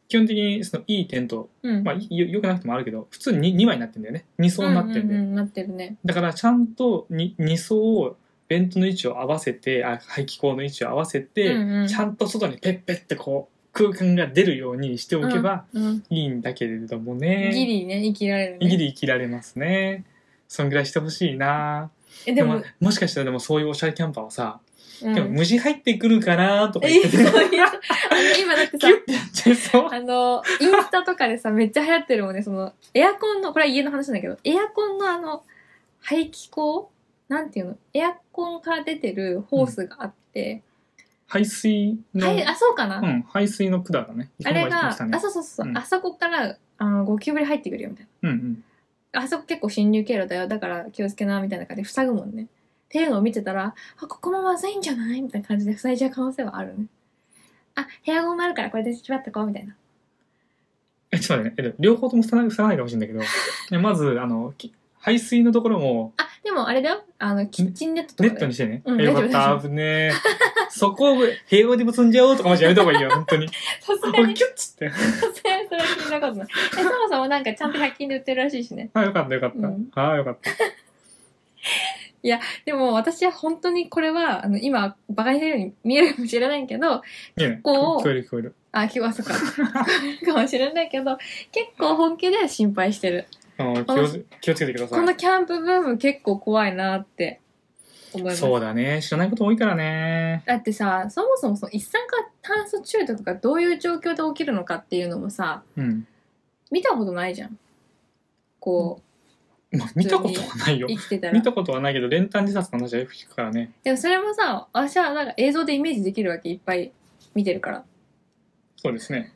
[SPEAKER 1] 基本的にそのいい点と、
[SPEAKER 2] うん。
[SPEAKER 1] まあ、いよよくなくてもあるけど、普通に 2, 枚になってんだよね。2層になってんだよ。
[SPEAKER 2] うんうんうんなってるね。
[SPEAKER 1] だからちゃんと 2, 2層を、ベントの位置を合わせて、あ排気口の位置を合わせて、
[SPEAKER 2] うんうん
[SPEAKER 1] ちゃんと外にペッペッってこう、空間が出るようにしておけば
[SPEAKER 2] うんうん
[SPEAKER 1] いいんだけれどもね。
[SPEAKER 2] ギリね、生きられるね。
[SPEAKER 1] ギリ生きられますね。そんぐらいしてほしいな
[SPEAKER 2] え、
[SPEAKER 1] で
[SPEAKER 2] で
[SPEAKER 1] も
[SPEAKER 2] も、
[SPEAKER 1] もしかしたらでもそういうおしゃれキャンパーはさ、
[SPEAKER 2] うん
[SPEAKER 1] でも虫入ってくるかなとか言
[SPEAKER 2] え、
[SPEAKER 1] って
[SPEAKER 2] そ
[SPEAKER 1] て、
[SPEAKER 2] うい
[SPEAKER 1] ギ
[SPEAKER 2] う
[SPEAKER 1] ュ ッ
[SPEAKER 2] あの今 だってさ、
[SPEAKER 1] てやっちゃいそう。
[SPEAKER 2] あの、インスタとかでさ、めっちゃ流行ってるもんね、その、エアコンの、これは家の話なんだけど、エアコンのあの、排気口なんていうのエアコンから出てるホースがあって、
[SPEAKER 1] 排水の、
[SPEAKER 2] はい、あ、そうかな、
[SPEAKER 1] うん、排水の管だね。
[SPEAKER 2] あれが、あ、
[SPEAKER 1] 一
[SPEAKER 2] そ
[SPEAKER 1] 本が一本来たね
[SPEAKER 2] うそうそう、
[SPEAKER 1] うん
[SPEAKER 2] あそこから、あの、ゴキブリ入ってくるよ、みたい
[SPEAKER 1] うんうん。
[SPEAKER 2] な。あそこ結構侵入経路だよ、だから気をつけな、みたいな感じで塞ぐもんね。っていうのを見てたら、あ、ここもまずいんじゃないみたいな感じで塞いじゃう可能性はあるね。あ、ヘアゴムあるからこれで縛っとこう、みたいな。
[SPEAKER 1] え、ちょっと待ってね。え両方とも塞がない塞がないかもしれ ないんだけど、えまず、あの、き排水のところも
[SPEAKER 2] あ、でもあれだよ。あの、キッチンネットとか
[SPEAKER 1] ネ
[SPEAKER 2] だよ
[SPEAKER 1] ットにしてね。
[SPEAKER 2] うん
[SPEAKER 1] えよかっ
[SPEAKER 2] 大丈
[SPEAKER 1] た、
[SPEAKER 2] 夫
[SPEAKER 1] 危ねえ。そこを平和で結んじゃおうとかマジやめた方 がいいよ、本当に。
[SPEAKER 2] さすが
[SPEAKER 1] 俺
[SPEAKER 2] に、
[SPEAKER 1] キュッつって。
[SPEAKER 2] さすがにそれは聞いたこ とない。え、そもそもなんかちゃんと100均で売ってるらしいしね。
[SPEAKER 1] あ、よかった、よかっ
[SPEAKER 2] うん
[SPEAKER 1] た。ああ、よかった。
[SPEAKER 2] でも私は本当にこれは、あの、今、バカにしてるように見えるかもしれないけど、
[SPEAKER 1] いいね。聞
[SPEAKER 2] こう
[SPEAKER 1] こえる、聞こえる。
[SPEAKER 2] あ、今日はそっか。かもしれないけど、結構本気では心配してる。
[SPEAKER 1] あの気をつ気をつけてください。
[SPEAKER 2] このキャンプブーム結構怖いなって思います。
[SPEAKER 1] そうだね知らないこと多いからね
[SPEAKER 2] だってさ、そもそもその一酸化炭素中毒がどういう状況で起きるのかっていうのもさ、
[SPEAKER 1] うん
[SPEAKER 2] 見たことないじゃん。こ、
[SPEAKER 1] まあ見たことはないうよ
[SPEAKER 2] 生きてたら
[SPEAKER 1] 見。たことはないけど練炭自殺の話はよく聞くからね
[SPEAKER 2] でもそれもさ、私はなんか映像でイメージできるわけいっぱい見てるから。
[SPEAKER 1] そうですね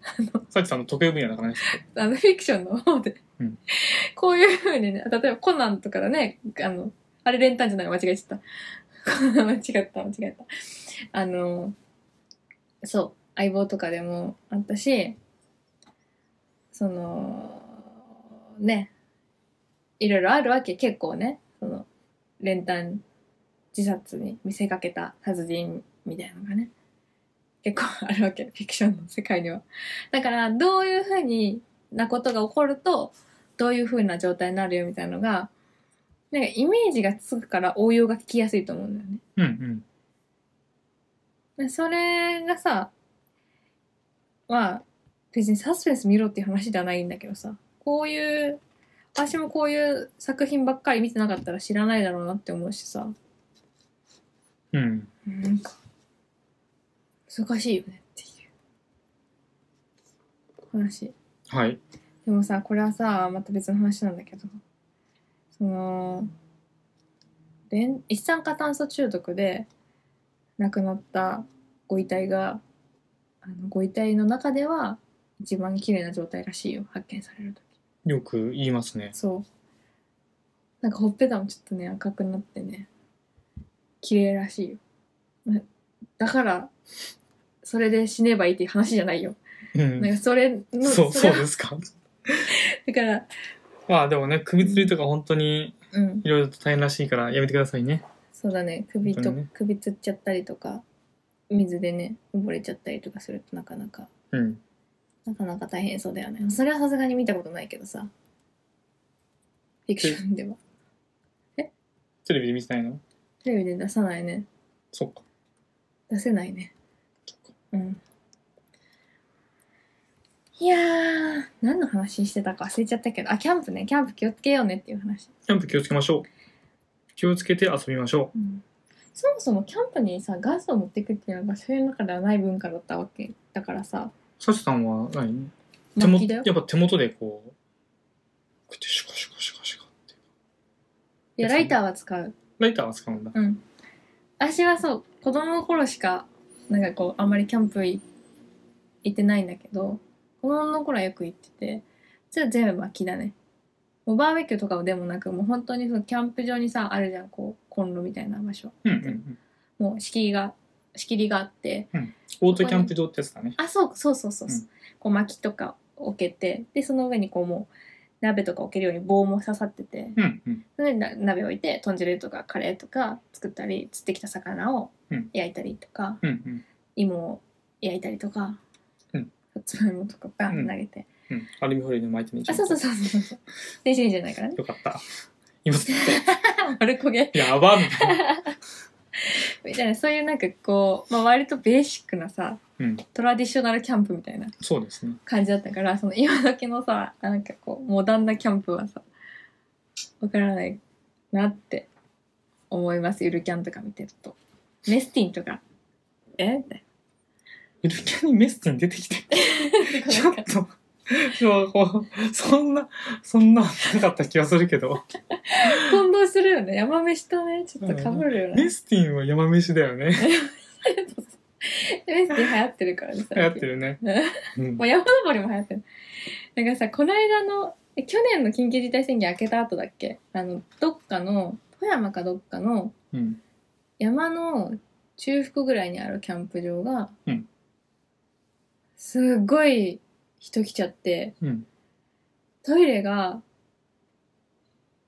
[SPEAKER 1] さっきさんの得意分野だからね
[SPEAKER 2] あの、フィクションの方で。
[SPEAKER 1] うん
[SPEAKER 2] こういう風にね、例えばコナンとかだね、あの、あれ練炭じゃない、間違えちゃった。 コナン間違った、間違えた。あの、そう、相棒とかでもあったし、その、ね、いろいろあるわけ、結構ね、その、練炭自殺に見せかけた殺人みたいなのがね、結構あるわけ、フィクションの世界には。だから、どういうふうになことが起こると、どういうふうな状態になるよみたいなのが、なんかイメージがつくから応用が聞きやすいと思うんだよね。
[SPEAKER 1] うんうん
[SPEAKER 2] でそれがさ、まあ、別にサスペンス見ろっていう話ではないんだけどさ、こういう、私もこういう作品ばっかり見てなかったら知らないだろうなって思うしさ、
[SPEAKER 1] うん
[SPEAKER 2] なんか、難しいよねっていう話。
[SPEAKER 1] はい
[SPEAKER 2] でもさこれはさまた別の話なんだけどその連一酸化炭素中毒で亡くなったご遺体があのご遺体の中では一番綺麗な状態らしいよ発見される時
[SPEAKER 1] よく言いますね
[SPEAKER 2] そうなんかほっぺたもちょっとね赤くなってね綺麗らしいよなだからそれで死ねばいいっていう話じゃないよ、
[SPEAKER 1] う
[SPEAKER 2] なん
[SPEAKER 1] ん
[SPEAKER 2] かそれの
[SPEAKER 1] そう
[SPEAKER 2] そ
[SPEAKER 1] そう
[SPEAKER 2] れは
[SPEAKER 1] ですか
[SPEAKER 2] だから
[SPEAKER 1] まあでもね首吊りとか本当に
[SPEAKER 2] うん
[SPEAKER 1] いろいろと大変らしいからやめてくださいね
[SPEAKER 2] そうだね首
[SPEAKER 1] 本当
[SPEAKER 2] と、
[SPEAKER 1] にね
[SPEAKER 2] 首つっちゃったりとか水でね溺れちゃったりとかするとなかなか
[SPEAKER 1] うん
[SPEAKER 2] なかなか大変そうだよねそれはさすがに見たことないけどさフィクションでは
[SPEAKER 1] テレビで見てないの
[SPEAKER 2] テレビで出さないね
[SPEAKER 1] そっか
[SPEAKER 2] 出せないね
[SPEAKER 1] そっか
[SPEAKER 2] うんいやー何の話してたか忘れちゃったけどあキャンプねキャンプ気をつけようねっていう話、
[SPEAKER 1] キャンプ気をつけましょう気をつけて遊びましょ
[SPEAKER 2] うん、そもそもキャンプにさガスを持っていくっていうのがそういう中ではない文化だったわけだからさ
[SPEAKER 1] うサチさんは何手
[SPEAKER 2] 末
[SPEAKER 1] 元
[SPEAKER 2] 期だよ
[SPEAKER 1] やっぱ手元でこうこうやってシュカシュカシュカシュカって
[SPEAKER 2] いやライターは使う
[SPEAKER 1] ライターは使うんだ
[SPEAKER 2] うん。私はそう、子供の頃しか、なんかこう、あんまりキャンプい行ってないんだけど、子供の頃はよく行ってて、それは全部薪だね。もうバーベキューとかもでもなく、もう本当にそのキャンプ場にさ、あるじゃん、こう、コンロみたいな場所。
[SPEAKER 1] うんうんうん
[SPEAKER 2] もう敷居が、仕切りがあって、
[SPEAKER 1] オートキャンプ場ってやつだね
[SPEAKER 2] あ、そうそうそうそうそう、
[SPEAKER 1] うん
[SPEAKER 2] こう薪とか置けて、で、その上にこうもう、鍋とか置けるように棒も刺さってて、
[SPEAKER 1] うんうん
[SPEAKER 2] それでな鍋置いて豚汁とかカレーとか作ったり釣ってきた魚を
[SPEAKER 1] うん
[SPEAKER 2] 焼いたりとか、
[SPEAKER 1] うんうん
[SPEAKER 2] 芋を焼いたりとか、
[SPEAKER 1] うん
[SPEAKER 2] そさつまいもとかバン投げて、
[SPEAKER 1] うん。アルミホイルの巻いてね。
[SPEAKER 2] あそうそうそうそうそう電子レンジじゃないからね
[SPEAKER 1] よかった。今すって、
[SPEAKER 2] 丸焦 げ
[SPEAKER 1] やばみたいな。
[SPEAKER 2] みたいなそういうなんかこう、まあ、割とベーシックなさ
[SPEAKER 1] うん。
[SPEAKER 2] トラディショナルキャンプみたいな
[SPEAKER 1] そうですね。
[SPEAKER 2] 感じだったからその今時のさなんかこうモダンなキャンプはさわからないなって思いますゆるキャンとか見てるとメスティンとかえみたい
[SPEAKER 1] ゆるキャにメスティン出てきて。
[SPEAKER 2] な
[SPEAKER 1] ちょっと、 そうこうそんな、そんななかった気がするけど。
[SPEAKER 2] 混同するよね山飯とねちょっとかぶるよね、
[SPEAKER 1] メスティンは山飯だよね。
[SPEAKER 2] メスティン流行ってるからね
[SPEAKER 1] 流行って
[SPEAKER 2] る
[SPEAKER 1] るね。うん
[SPEAKER 2] もう山登りも流行ってるだからさこの間のえ去年の緊急事態宣言明けた後だっけあのどっかの富山かどっかの
[SPEAKER 1] うん。
[SPEAKER 2] 山の中腹ぐらいにあるキャンプ場が、
[SPEAKER 1] うん
[SPEAKER 2] すっごい人来ちゃって
[SPEAKER 1] うん。
[SPEAKER 2] トイレが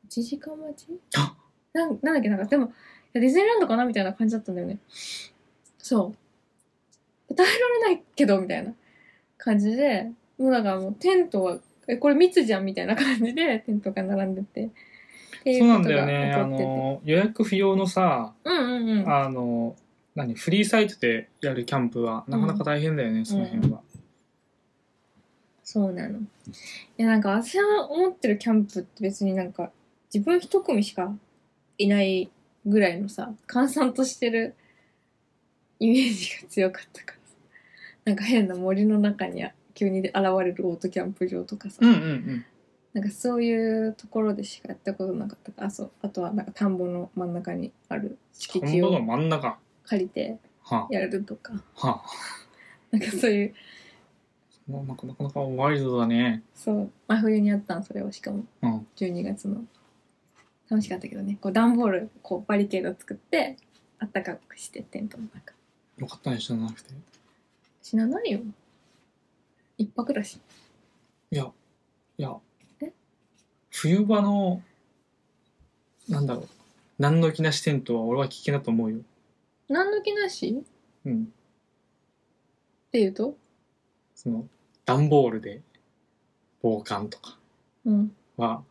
[SPEAKER 2] 1時間待ち
[SPEAKER 1] あ
[SPEAKER 2] なんなんだっけなんかでもいやディズニーランドかなみたいな感じだったんだよねそう耐えられないけどみたいな感じでもうだからもうテントはえこれ密じゃんみたいな感じでテントが並んでてってい
[SPEAKER 1] そうな
[SPEAKER 2] うんこと
[SPEAKER 1] だよ
[SPEAKER 2] が
[SPEAKER 1] ね。
[SPEAKER 2] 起
[SPEAKER 1] あ
[SPEAKER 2] こってて、
[SPEAKER 1] の、予約不要のさ、
[SPEAKER 2] うんうんうん
[SPEAKER 1] あの、何、フリーサイトでやるキャンプは、なかなか大変だよね、その辺は。
[SPEAKER 2] そうなの。いや、なんか私の思ってるキャンプって別になんか自分一組しかいないぐらいのさ、閑散としてるイメージが強かったからさ。なんか変な森の中に急に現れるオートキャンプ場とかさ、
[SPEAKER 1] うんうんうん。
[SPEAKER 2] なんかそういうところでしかやったことなかったから、あ、そう、あとはなんか田んぼの真ん中にある敷
[SPEAKER 1] 田
[SPEAKER 2] 地
[SPEAKER 1] んぼの
[SPEAKER 2] を
[SPEAKER 1] 真ん中。
[SPEAKER 2] 借りて
[SPEAKER 1] は
[SPEAKER 2] やるとか、
[SPEAKER 1] あ、はあ。
[SPEAKER 2] なんかそういう、
[SPEAKER 1] もうなかなかワイルドだね。
[SPEAKER 2] そう、真冬にやったん、それをしかも。
[SPEAKER 1] うん。
[SPEAKER 2] 12月の楽しかったけどねこう段ボールこうバリケード作ってあったかくしてテントの中
[SPEAKER 1] よかったね、知らなくて。
[SPEAKER 2] 死なないよ一泊だし
[SPEAKER 1] いや、いや
[SPEAKER 2] え、
[SPEAKER 1] 冬場の、なんだろう、何の気なしテントは俺は危険だと思うよ。
[SPEAKER 2] 何の気なしっ
[SPEAKER 1] うん。
[SPEAKER 2] ていうと
[SPEAKER 1] その、段ボールで防寒とか
[SPEAKER 2] うん
[SPEAKER 1] は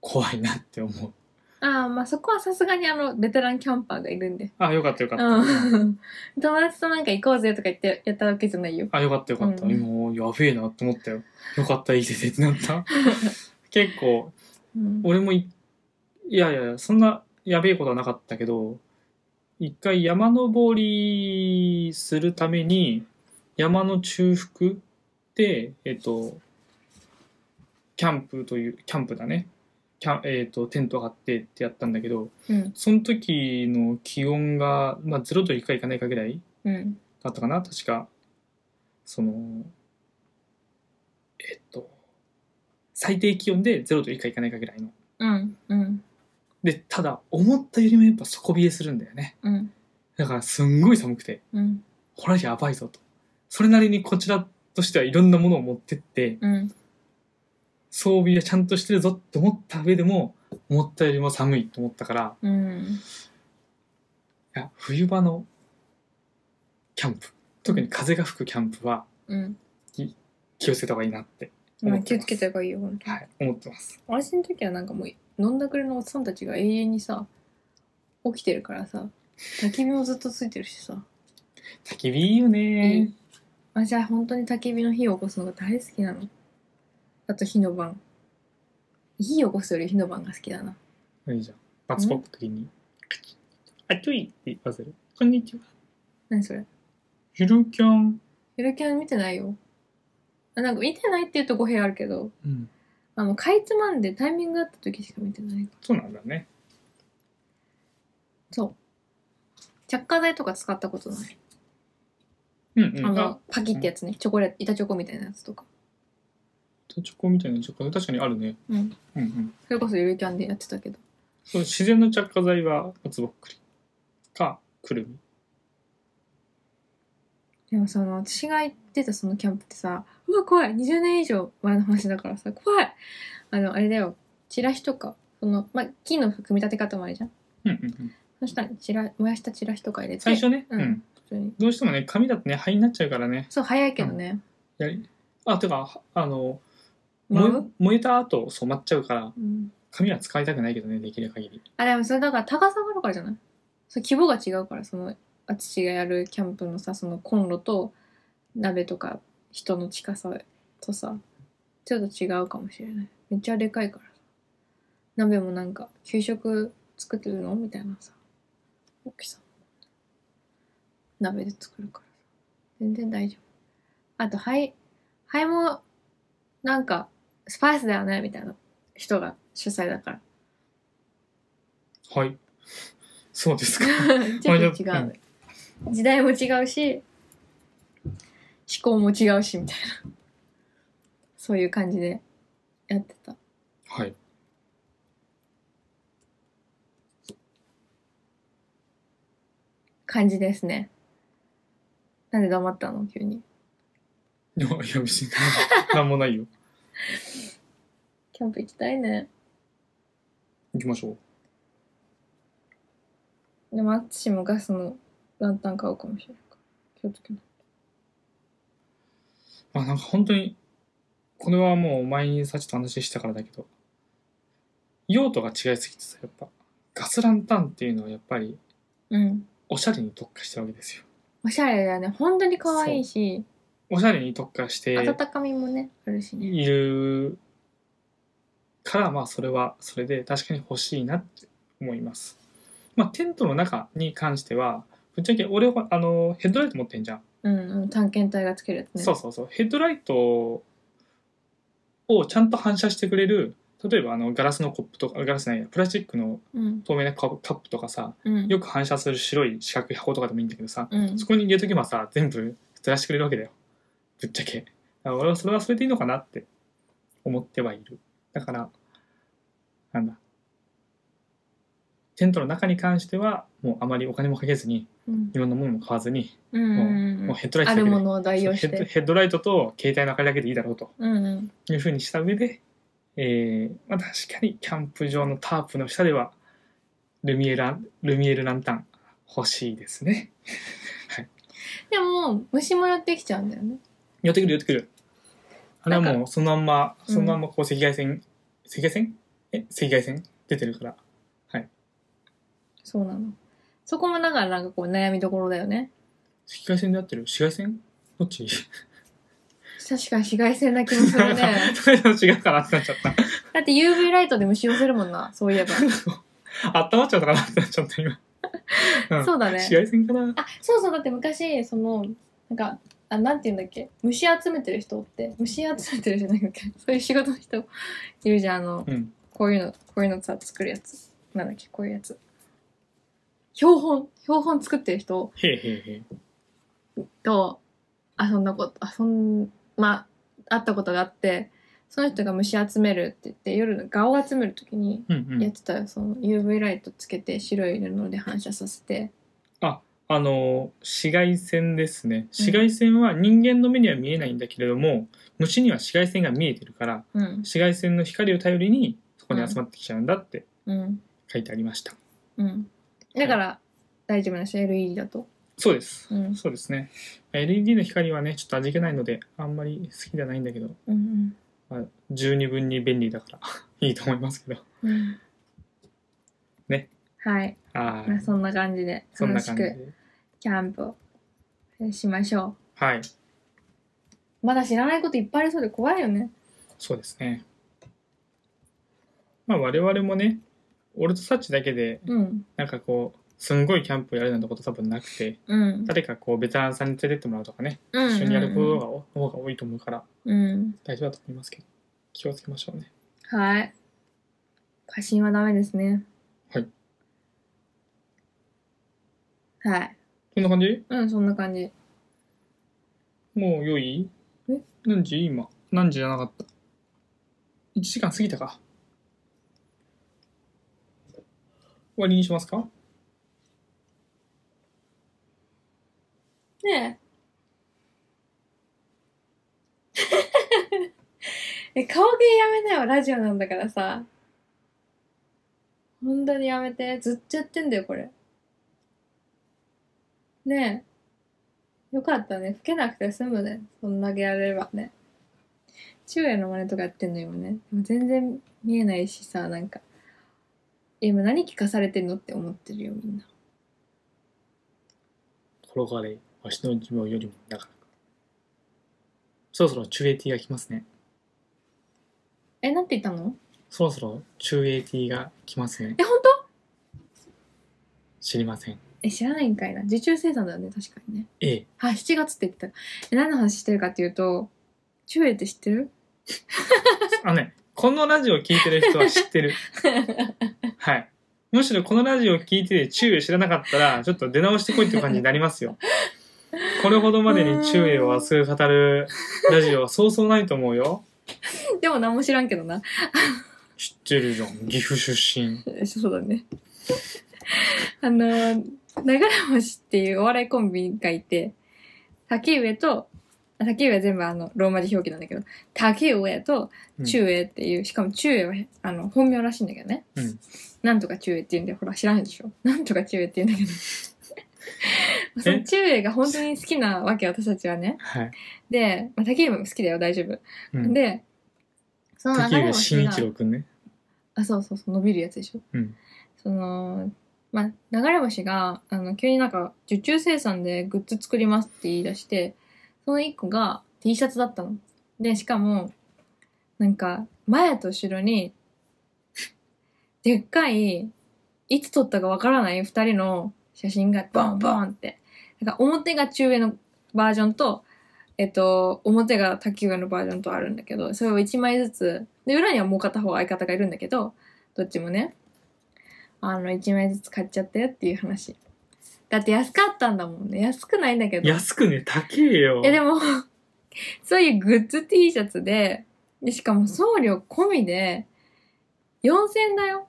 [SPEAKER 1] 怖いなって思う。
[SPEAKER 2] ああまあそこはさすがにあのベテランキャンパーがいるんで
[SPEAKER 1] あ、よかったよかった。
[SPEAKER 2] うん 友達となんか行こうぜとか言ってやったわけじゃないよ
[SPEAKER 1] あ、よかったよかった。
[SPEAKER 2] うん
[SPEAKER 1] もう、やべえなって思ったよ。よかった、いい出てってな った。結構、
[SPEAKER 2] うん
[SPEAKER 1] 俺もい、いやいやいや、そんなやべえことはなかったけど、一回山登りするために、山の中腹で、えっと、キャンプという、キャンプだね。キャンえっと、テント張ってってやったんだけど、
[SPEAKER 2] うん
[SPEAKER 1] その時の気温が、まあ、0度いくかいかないかぐらい
[SPEAKER 2] うん
[SPEAKER 1] だったかな確か、その、えっと、最低気温で0度以下いかないかぐらいの
[SPEAKER 2] うんうん
[SPEAKER 1] でただ思ったよりもやっぱ底冷えするんだよね
[SPEAKER 2] うん
[SPEAKER 1] だからすんごい寒くて
[SPEAKER 2] うん
[SPEAKER 1] これはやばいぞとそれなりにこちらとしてはいろんなものを持ってって
[SPEAKER 2] うん
[SPEAKER 1] 装備はちゃんとしてるぞと思った上でも思ったよりも寒いと思ったから
[SPEAKER 2] うん
[SPEAKER 1] いや冬場のキャンプ特に風が吹くキャンプは
[SPEAKER 2] うん
[SPEAKER 1] 気をつけた方がいいなって、
[SPEAKER 2] まあ気をつけた方がいいよ本当に
[SPEAKER 1] はい、思ってます
[SPEAKER 2] 私の時はなんかもう飲んだくれのおっさんたちが永遠にさ起きてるからさ焚き火もずっとついてるしさ
[SPEAKER 1] 焚き火いいよね
[SPEAKER 2] 私は本当に焚き火の火を起こすのが大好きなのあと火の晩火を起こすより火の晩が好きだない
[SPEAKER 1] いじゃんバツポックリに「あちょい」って言わせる「こんにちは
[SPEAKER 2] 何それ
[SPEAKER 1] ゆるキャン
[SPEAKER 2] ゆるキャン見てないよあなんか見てないって言うと語弊あるけど」
[SPEAKER 1] うん
[SPEAKER 2] あのかいつまんでタイミングあった時しか見てない
[SPEAKER 1] そうなんだね
[SPEAKER 2] そう着火剤とか使ったことない、
[SPEAKER 1] うんうん
[SPEAKER 2] あ
[SPEAKER 1] あ
[SPEAKER 2] のパキってやつねチョコレート板チョコみたいなやつとか
[SPEAKER 1] チョコみたいなチョコ確かにあるね。
[SPEAKER 2] うん
[SPEAKER 1] うんうん。
[SPEAKER 2] それこそゆるキャンでやってたけど
[SPEAKER 1] そう自然の着火剤は松ぼっくりかくるみ。
[SPEAKER 2] でもその私が行ってたそのキャンプってさうわ怖い20年以上前の話だからさ怖いあのあれだよチラシとかその、まあ、木の組み立て方もあるじゃん
[SPEAKER 1] うんうんうん。
[SPEAKER 2] そしたらチラ燃やしたチラシとか入れて
[SPEAKER 1] 最初ね、
[SPEAKER 2] うん
[SPEAKER 1] うん。
[SPEAKER 2] 普通に
[SPEAKER 1] どうしてもね紙だとね灰になっちゃうからね。
[SPEAKER 2] そう早いけどね、
[SPEAKER 1] やりあ、てか、あの、
[SPEAKER 2] 揉
[SPEAKER 1] 燃
[SPEAKER 2] む
[SPEAKER 1] え燃えた後染まっちゃうから、
[SPEAKER 2] うん。
[SPEAKER 1] 紙は使いたくないけどね、できる限り。
[SPEAKER 2] あ、でもそれだから高さがあるからじゃないそれ規模が違うから、その、私がやるキャンプのさ、そのコンロと鍋とか人の近さとさ、ちょっと違うかもしれない。めっちゃでかいからさ。鍋もなんか、給食作ってるのみたいなさ。大きさ。鍋で作るからさ。全然大丈夫。あと、灰、灰も、なんか、スパイスだよねみたいな人が主催だから。
[SPEAKER 1] はい。そう ですか。
[SPEAKER 2] ちょっと違う。時代も違うし、思考も違うし、みたいな。そういう感じでやってた。
[SPEAKER 1] はい。
[SPEAKER 2] 感じですね。なんで黙ったの急に。
[SPEAKER 1] いや、いや別に、なんもないよ。
[SPEAKER 2] キャンプ行きたいね。
[SPEAKER 1] 行きましょう。
[SPEAKER 2] でも、私もガスのランタン買うかもしれないから。気をつけな。
[SPEAKER 1] まあなんか本当に、これはもう前にさっきと話したからだけど、用途が違いすぎてさ、やっぱ、ガスランタンっていうのはやっぱり、
[SPEAKER 2] うん。
[SPEAKER 1] おしゃれに特化したわけですよ。
[SPEAKER 2] おしゃれだよね。本当に可愛いし、
[SPEAKER 1] おしゃれに特化して
[SPEAKER 2] 温かみもね、あるしね。
[SPEAKER 1] いるから、まあそれはそれで確かに欲しいなって思います。まあテントの中に関しては、ぶっちゃけ俺はあのヘッドライト持ってんじゃん。
[SPEAKER 2] うん、あの探検隊がつけるやつね。
[SPEAKER 1] そうそうそう。ヘッドライトをちゃんと反射してくれる、例えばあのガラスのコップとか、ガラスじゃないや、プラスチックの
[SPEAKER 2] うん。
[SPEAKER 1] 透明なカップカップとかさ、
[SPEAKER 2] うん。
[SPEAKER 1] よく反射する白い四角い箱とかでもいいんだけどさ、
[SPEAKER 2] うん。
[SPEAKER 1] そこに入れとけばさ、全部ずらしてくれるわけだよ。ぶっちゃけ。だから俺はそれはそれでいいのかなって思ってはいる。だから、なんだ。テントの中に関しては、もうあまりお金もかけずに、
[SPEAKER 2] うん
[SPEAKER 1] い。ろんなものも買わずに、
[SPEAKER 2] うんうんうん
[SPEAKER 1] もう。ヘッドライトだ
[SPEAKER 2] あ
[SPEAKER 1] け
[SPEAKER 2] る
[SPEAKER 1] で
[SPEAKER 2] ものを代用
[SPEAKER 1] ヘ
[SPEAKER 2] し
[SPEAKER 1] ッド
[SPEAKER 2] て。
[SPEAKER 1] ヘッドライトと携帯の明かりだけでいいだろうと
[SPEAKER 2] うんうん。
[SPEAKER 1] いうふうにした上で、えーまあ、確かにキャンプ場のタープの下ではルミエラルミエルランタン欲しいですね
[SPEAKER 2] でも、虫も寄ってきちゃうんだよね。
[SPEAKER 1] 寄ってくる寄ってくるあれは
[SPEAKER 2] なんか
[SPEAKER 1] もうそのまんま
[SPEAKER 2] うん
[SPEAKER 1] そのまんまこう赤外線、赤外線え赤外線出てるから
[SPEAKER 2] そうなの。そこもだからなんかこう悩みどころだよね。
[SPEAKER 1] 赤外線で合ってる紫外線どっち、。
[SPEAKER 2] 確かに紫外線な気もするね
[SPEAKER 1] それと違うかなってなっちゃった
[SPEAKER 2] だって UV ライトで虫寄せるもんな、そういえば。
[SPEAKER 1] あったまっちゃったかなってなっちゃった今、うん
[SPEAKER 2] そうだね。
[SPEAKER 1] 紫外線かな
[SPEAKER 2] あ、そうそう、だって昔、その、なんか、あ、なんて言うんだっけ、虫集めてる人って、虫集めてるじゃないか、 そういう仕事の人いるじゃん、あの、
[SPEAKER 1] うん
[SPEAKER 2] こういうの、こういうのさ、作るやつ。なんだっけ、こういうやつ。標本、標本作ってる人。
[SPEAKER 1] へえへえへえ
[SPEAKER 2] と遊んだこと遊んまあ会ったことがあってその人が虫集めるって言って夜の蛾を集める時に
[SPEAKER 1] うんうん
[SPEAKER 2] やってたよ、その UV ライトつけて白い布で反射させて
[SPEAKER 1] あの紫外線ですね紫外線は人間の目には見えないんだけれども、虫には紫外線が見えてるから
[SPEAKER 2] うん
[SPEAKER 1] 紫外線の光を頼りにそこに集まってきちゃうんだって
[SPEAKER 2] うん
[SPEAKER 1] 書いてありました、
[SPEAKER 2] うんだから大丈夫なんですよ LED だと
[SPEAKER 1] そうです、
[SPEAKER 2] うん
[SPEAKER 1] そうですね LED の光はねちょっと味気ないのであんまり好きじゃないんだけど、
[SPEAKER 2] うん
[SPEAKER 1] まあ、十二分に便利だから いいと思いますけど
[SPEAKER 2] うんうん
[SPEAKER 1] ね
[SPEAKER 2] はい、
[SPEAKER 1] あ
[SPEAKER 2] まあ、
[SPEAKER 1] あ
[SPEAKER 2] そんな感じで
[SPEAKER 1] そん
[SPEAKER 2] 楽
[SPEAKER 1] な
[SPEAKER 2] し
[SPEAKER 1] 感じ
[SPEAKER 2] く
[SPEAKER 1] で
[SPEAKER 2] キャンプをしましょ
[SPEAKER 1] はいう
[SPEAKER 2] まだ知らないこといっぱいありそうで怖いよね
[SPEAKER 1] そうですねまあ我々もね俺とサッチだけで
[SPEAKER 2] うん
[SPEAKER 1] なんかこうすんごいキャンプやるなんてこと多分なくて
[SPEAKER 2] うん
[SPEAKER 1] 誰かこうベテランさんに連れてってもらうとかね
[SPEAKER 2] うん
[SPEAKER 1] 一緒にやることがおの方が多いと思うから
[SPEAKER 2] うん
[SPEAKER 1] 大丈夫だと思いますけど気をつけましょうね
[SPEAKER 2] はい。過信はダメですね。
[SPEAKER 1] はい。
[SPEAKER 2] はい。
[SPEAKER 1] こんな感じ
[SPEAKER 2] うん、そんな感じ。
[SPEAKER 1] もう良い
[SPEAKER 2] え
[SPEAKER 1] 何時今何時じゃなかった1時間過ぎたか終わりにしますか
[SPEAKER 2] ねえ。え、 顔芸やめなよ、ラジオなんだからさ。本当にやめて。ずっとやってんだよ、これ。ねえ。よかったね。老けなくて済むね。そんだけやれればね。父親の真似とかやってんの今ねでも全然見えないしさなんか今何聞かされてんのって思ってるよみんな
[SPEAKER 1] 転がれ、わしの寿命よりも長く。そろそろ中 AT が来ますね。
[SPEAKER 2] えなんて言ったの
[SPEAKER 1] そろそろ中 AT が来ますね。
[SPEAKER 2] え本当
[SPEAKER 1] 知りません。
[SPEAKER 2] え知らないんかいな受注生産だよね確かにね
[SPEAKER 1] A。
[SPEAKER 2] あ7月って言ってたえ何の話してるかっていうと中英って知ってる
[SPEAKER 1] あのね、このラジオ聞いてる人は知 ってる。はい。むしろこのラジオ聞いてて中英知らなかったら、ちょっと出直してこいって感じになります よ。これほどまでに中英を熱く語るラジオはそうそうないと思うよ。
[SPEAKER 2] でも何も知らんけどな
[SPEAKER 1] 知ってるじゃん。岐阜出身。
[SPEAKER 2] えそうだね あの流れ星っていうお笑いコンビがいて竹上とあ竹上は全部あのローマ字表記なんだけど竹上と
[SPEAKER 1] うん
[SPEAKER 2] 中英っていう、しかも中英はあの本名らしいんだけどね、
[SPEAKER 1] うん
[SPEAKER 2] なんとか中英って言うんでほら知らないでしょなんとか中英って言うんだけ どそ
[SPEAKER 1] え
[SPEAKER 2] の中英が本当に好きなわけ私たちはね
[SPEAKER 1] はい。
[SPEAKER 2] で、まあ、竹上も好きだよ大丈夫、
[SPEAKER 1] うん、
[SPEAKER 2] でその
[SPEAKER 1] 滝
[SPEAKER 2] 流れ
[SPEAKER 1] 上
[SPEAKER 2] 星
[SPEAKER 1] 慎
[SPEAKER 2] が
[SPEAKER 1] 一郎くんね。
[SPEAKER 2] あ、そうそうそう、伸びるやつでしょ。
[SPEAKER 1] うん
[SPEAKER 2] その、まあ、流れ星が、あの、急になんか、受注生産でグッズ作りますって言い出して、その一個が T シャツだったの。で、しかも、なんか、前と後ろに、 でっかい、いつ撮ったかわからない二人の写真がボンボンって。なんか表が中上のバージョンと、えっと、表が滝上のバージョンとあるんだけど、それを一枚ずつ、で、裏にはもう片方相方がいるんだけど、どっちもね、あの、一枚ずつ買っちゃったよっていう話。だって安かったんだもんね。安くないんだけど。
[SPEAKER 1] 安くね、高えよ。
[SPEAKER 2] え、でも、 そういうグッズ T シャツで、で、しかも送料込みで、4000円だよ。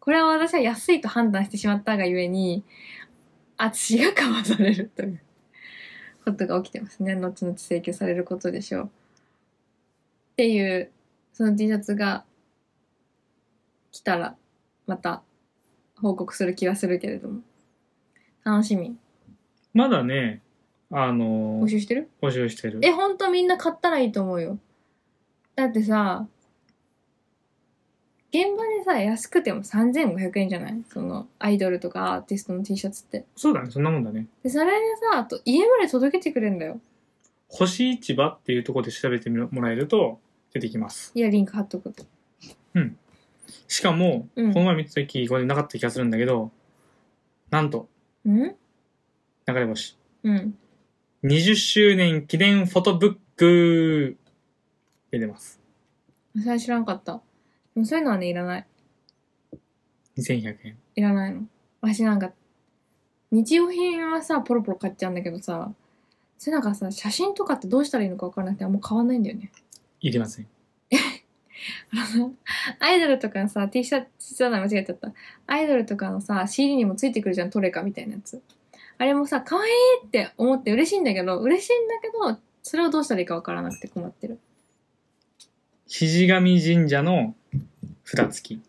[SPEAKER 2] これは私は安いと判断してしまったがゆえに、私が買わされるということが起きてますね。後々請求されることでしょう。っていう、その T シャツが来たら、また報告する気はするけれども。楽しみ。
[SPEAKER 1] まだね、あの
[SPEAKER 2] 募、集してる
[SPEAKER 1] 募集してる。
[SPEAKER 2] え、ほんとみんな買ったらいいと思うよ。だってさ、現場でさ、安くても3500円じゃないその、アイドルとかアーティストの T シャツって。
[SPEAKER 1] そうだね、そんなもんだね。
[SPEAKER 2] で、それでさ、あと家まで届けてくれるんだよ。
[SPEAKER 1] 星市場っていうところで調べてみろもらえると出てきます。
[SPEAKER 2] いや、リンク貼っとくと。
[SPEAKER 1] しかも、
[SPEAKER 2] うん
[SPEAKER 1] この前見た時、これなかった気がするんだけど、なんと、
[SPEAKER 2] うん
[SPEAKER 1] 流れ星。
[SPEAKER 2] うん。
[SPEAKER 1] 20周年記念フォトブック出てます。
[SPEAKER 2] それは知らんかった。でもそういうのはね、いらない。
[SPEAKER 1] 2100円。
[SPEAKER 2] いらないの。わしなんか、日用品はさ、ポロポロ買っちゃうんだけどさ、それなんかさ、写真とかってどうしたらいいのかわからなくてあんま買わないんだよね。
[SPEAKER 1] いりません。
[SPEAKER 2] あのアイドルとかのさ、T シャツじゃない、間違えちゃった。アイドルとかのさ、CD にもついてくるじゃん、トレカみたいなやつ。あれもさ、可愛いって思って嬉しいんだけど、嬉しいんだけど、それをどうしたらいいかわからなくて困ってる。
[SPEAKER 1] 肘神神社の札付き。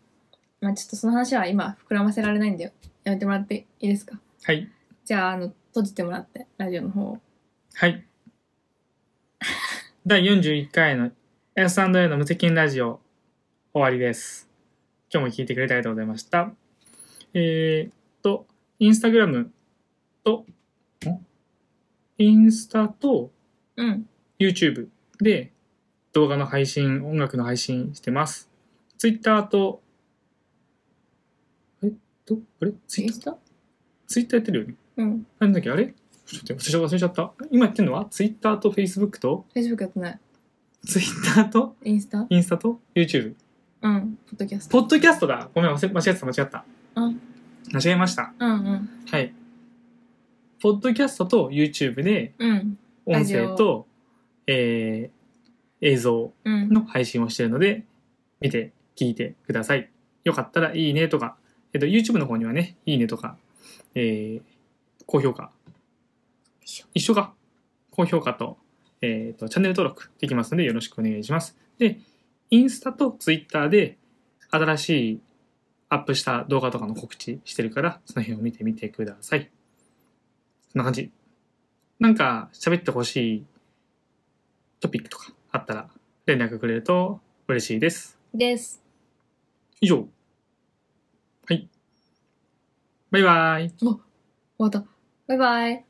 [SPEAKER 2] まあちょっとその話は今、膨らませられないんだよ。やめてもらっていいですか
[SPEAKER 1] はい。
[SPEAKER 2] じゃあ、あの、閉じてもらって、ラジオの方を。
[SPEAKER 1] はい。 第41回の S&A の無責任ラジオ終わりです。今日も聞いてくれてありがとうございました。えー、っと、インスタグラムと、んインスタと
[SPEAKER 2] うん。
[SPEAKER 1] YouTube で動画の配信、音楽の配信してます。Twitter と、えどあれツ
[SPEAKER 2] イ
[SPEAKER 1] イ
[SPEAKER 2] ン
[SPEAKER 1] ッ
[SPEAKER 2] スタ
[SPEAKER 1] ツイッターやってるよね
[SPEAKER 2] うん。
[SPEAKER 1] なんだっけあれちょっと忘れちゃ忘れちゃった。今やってるのは Twitter と Facebook と
[SPEAKER 2] Facebook やってない。
[SPEAKER 1] ツイッターと、
[SPEAKER 2] インスタ
[SPEAKER 1] インスタと、YouTube。
[SPEAKER 2] うん。ポッドキャスト。
[SPEAKER 1] ポッドキャストだごめん、忘れ間違えてた、間違った。
[SPEAKER 2] うん
[SPEAKER 1] 間違えました。
[SPEAKER 2] うんうん。
[SPEAKER 1] はい。ポッドキャストと YouTube で、
[SPEAKER 2] うん。
[SPEAKER 1] 音声と、えー、映像
[SPEAKER 2] うん。
[SPEAKER 1] の配信をしているので、見て、聞いてください。よかったら、いいねとか、えっと、YouTube の方にはね、いいねとか、えー、高評価。
[SPEAKER 2] 一緒
[SPEAKER 1] 一緒か。高評価と、えっ、と、チャンネル登録できますので、よろしくお願いします。で、インスタとツイッターで、新しいアップした動画とかの告知してるから、その辺を見てみてください。そんな感じ。なんか、喋ってほしいトピックとかあったら、連絡くれると嬉しいです。
[SPEAKER 2] です。
[SPEAKER 1] 以上。はい。バイバイ。
[SPEAKER 2] また。バイバイ。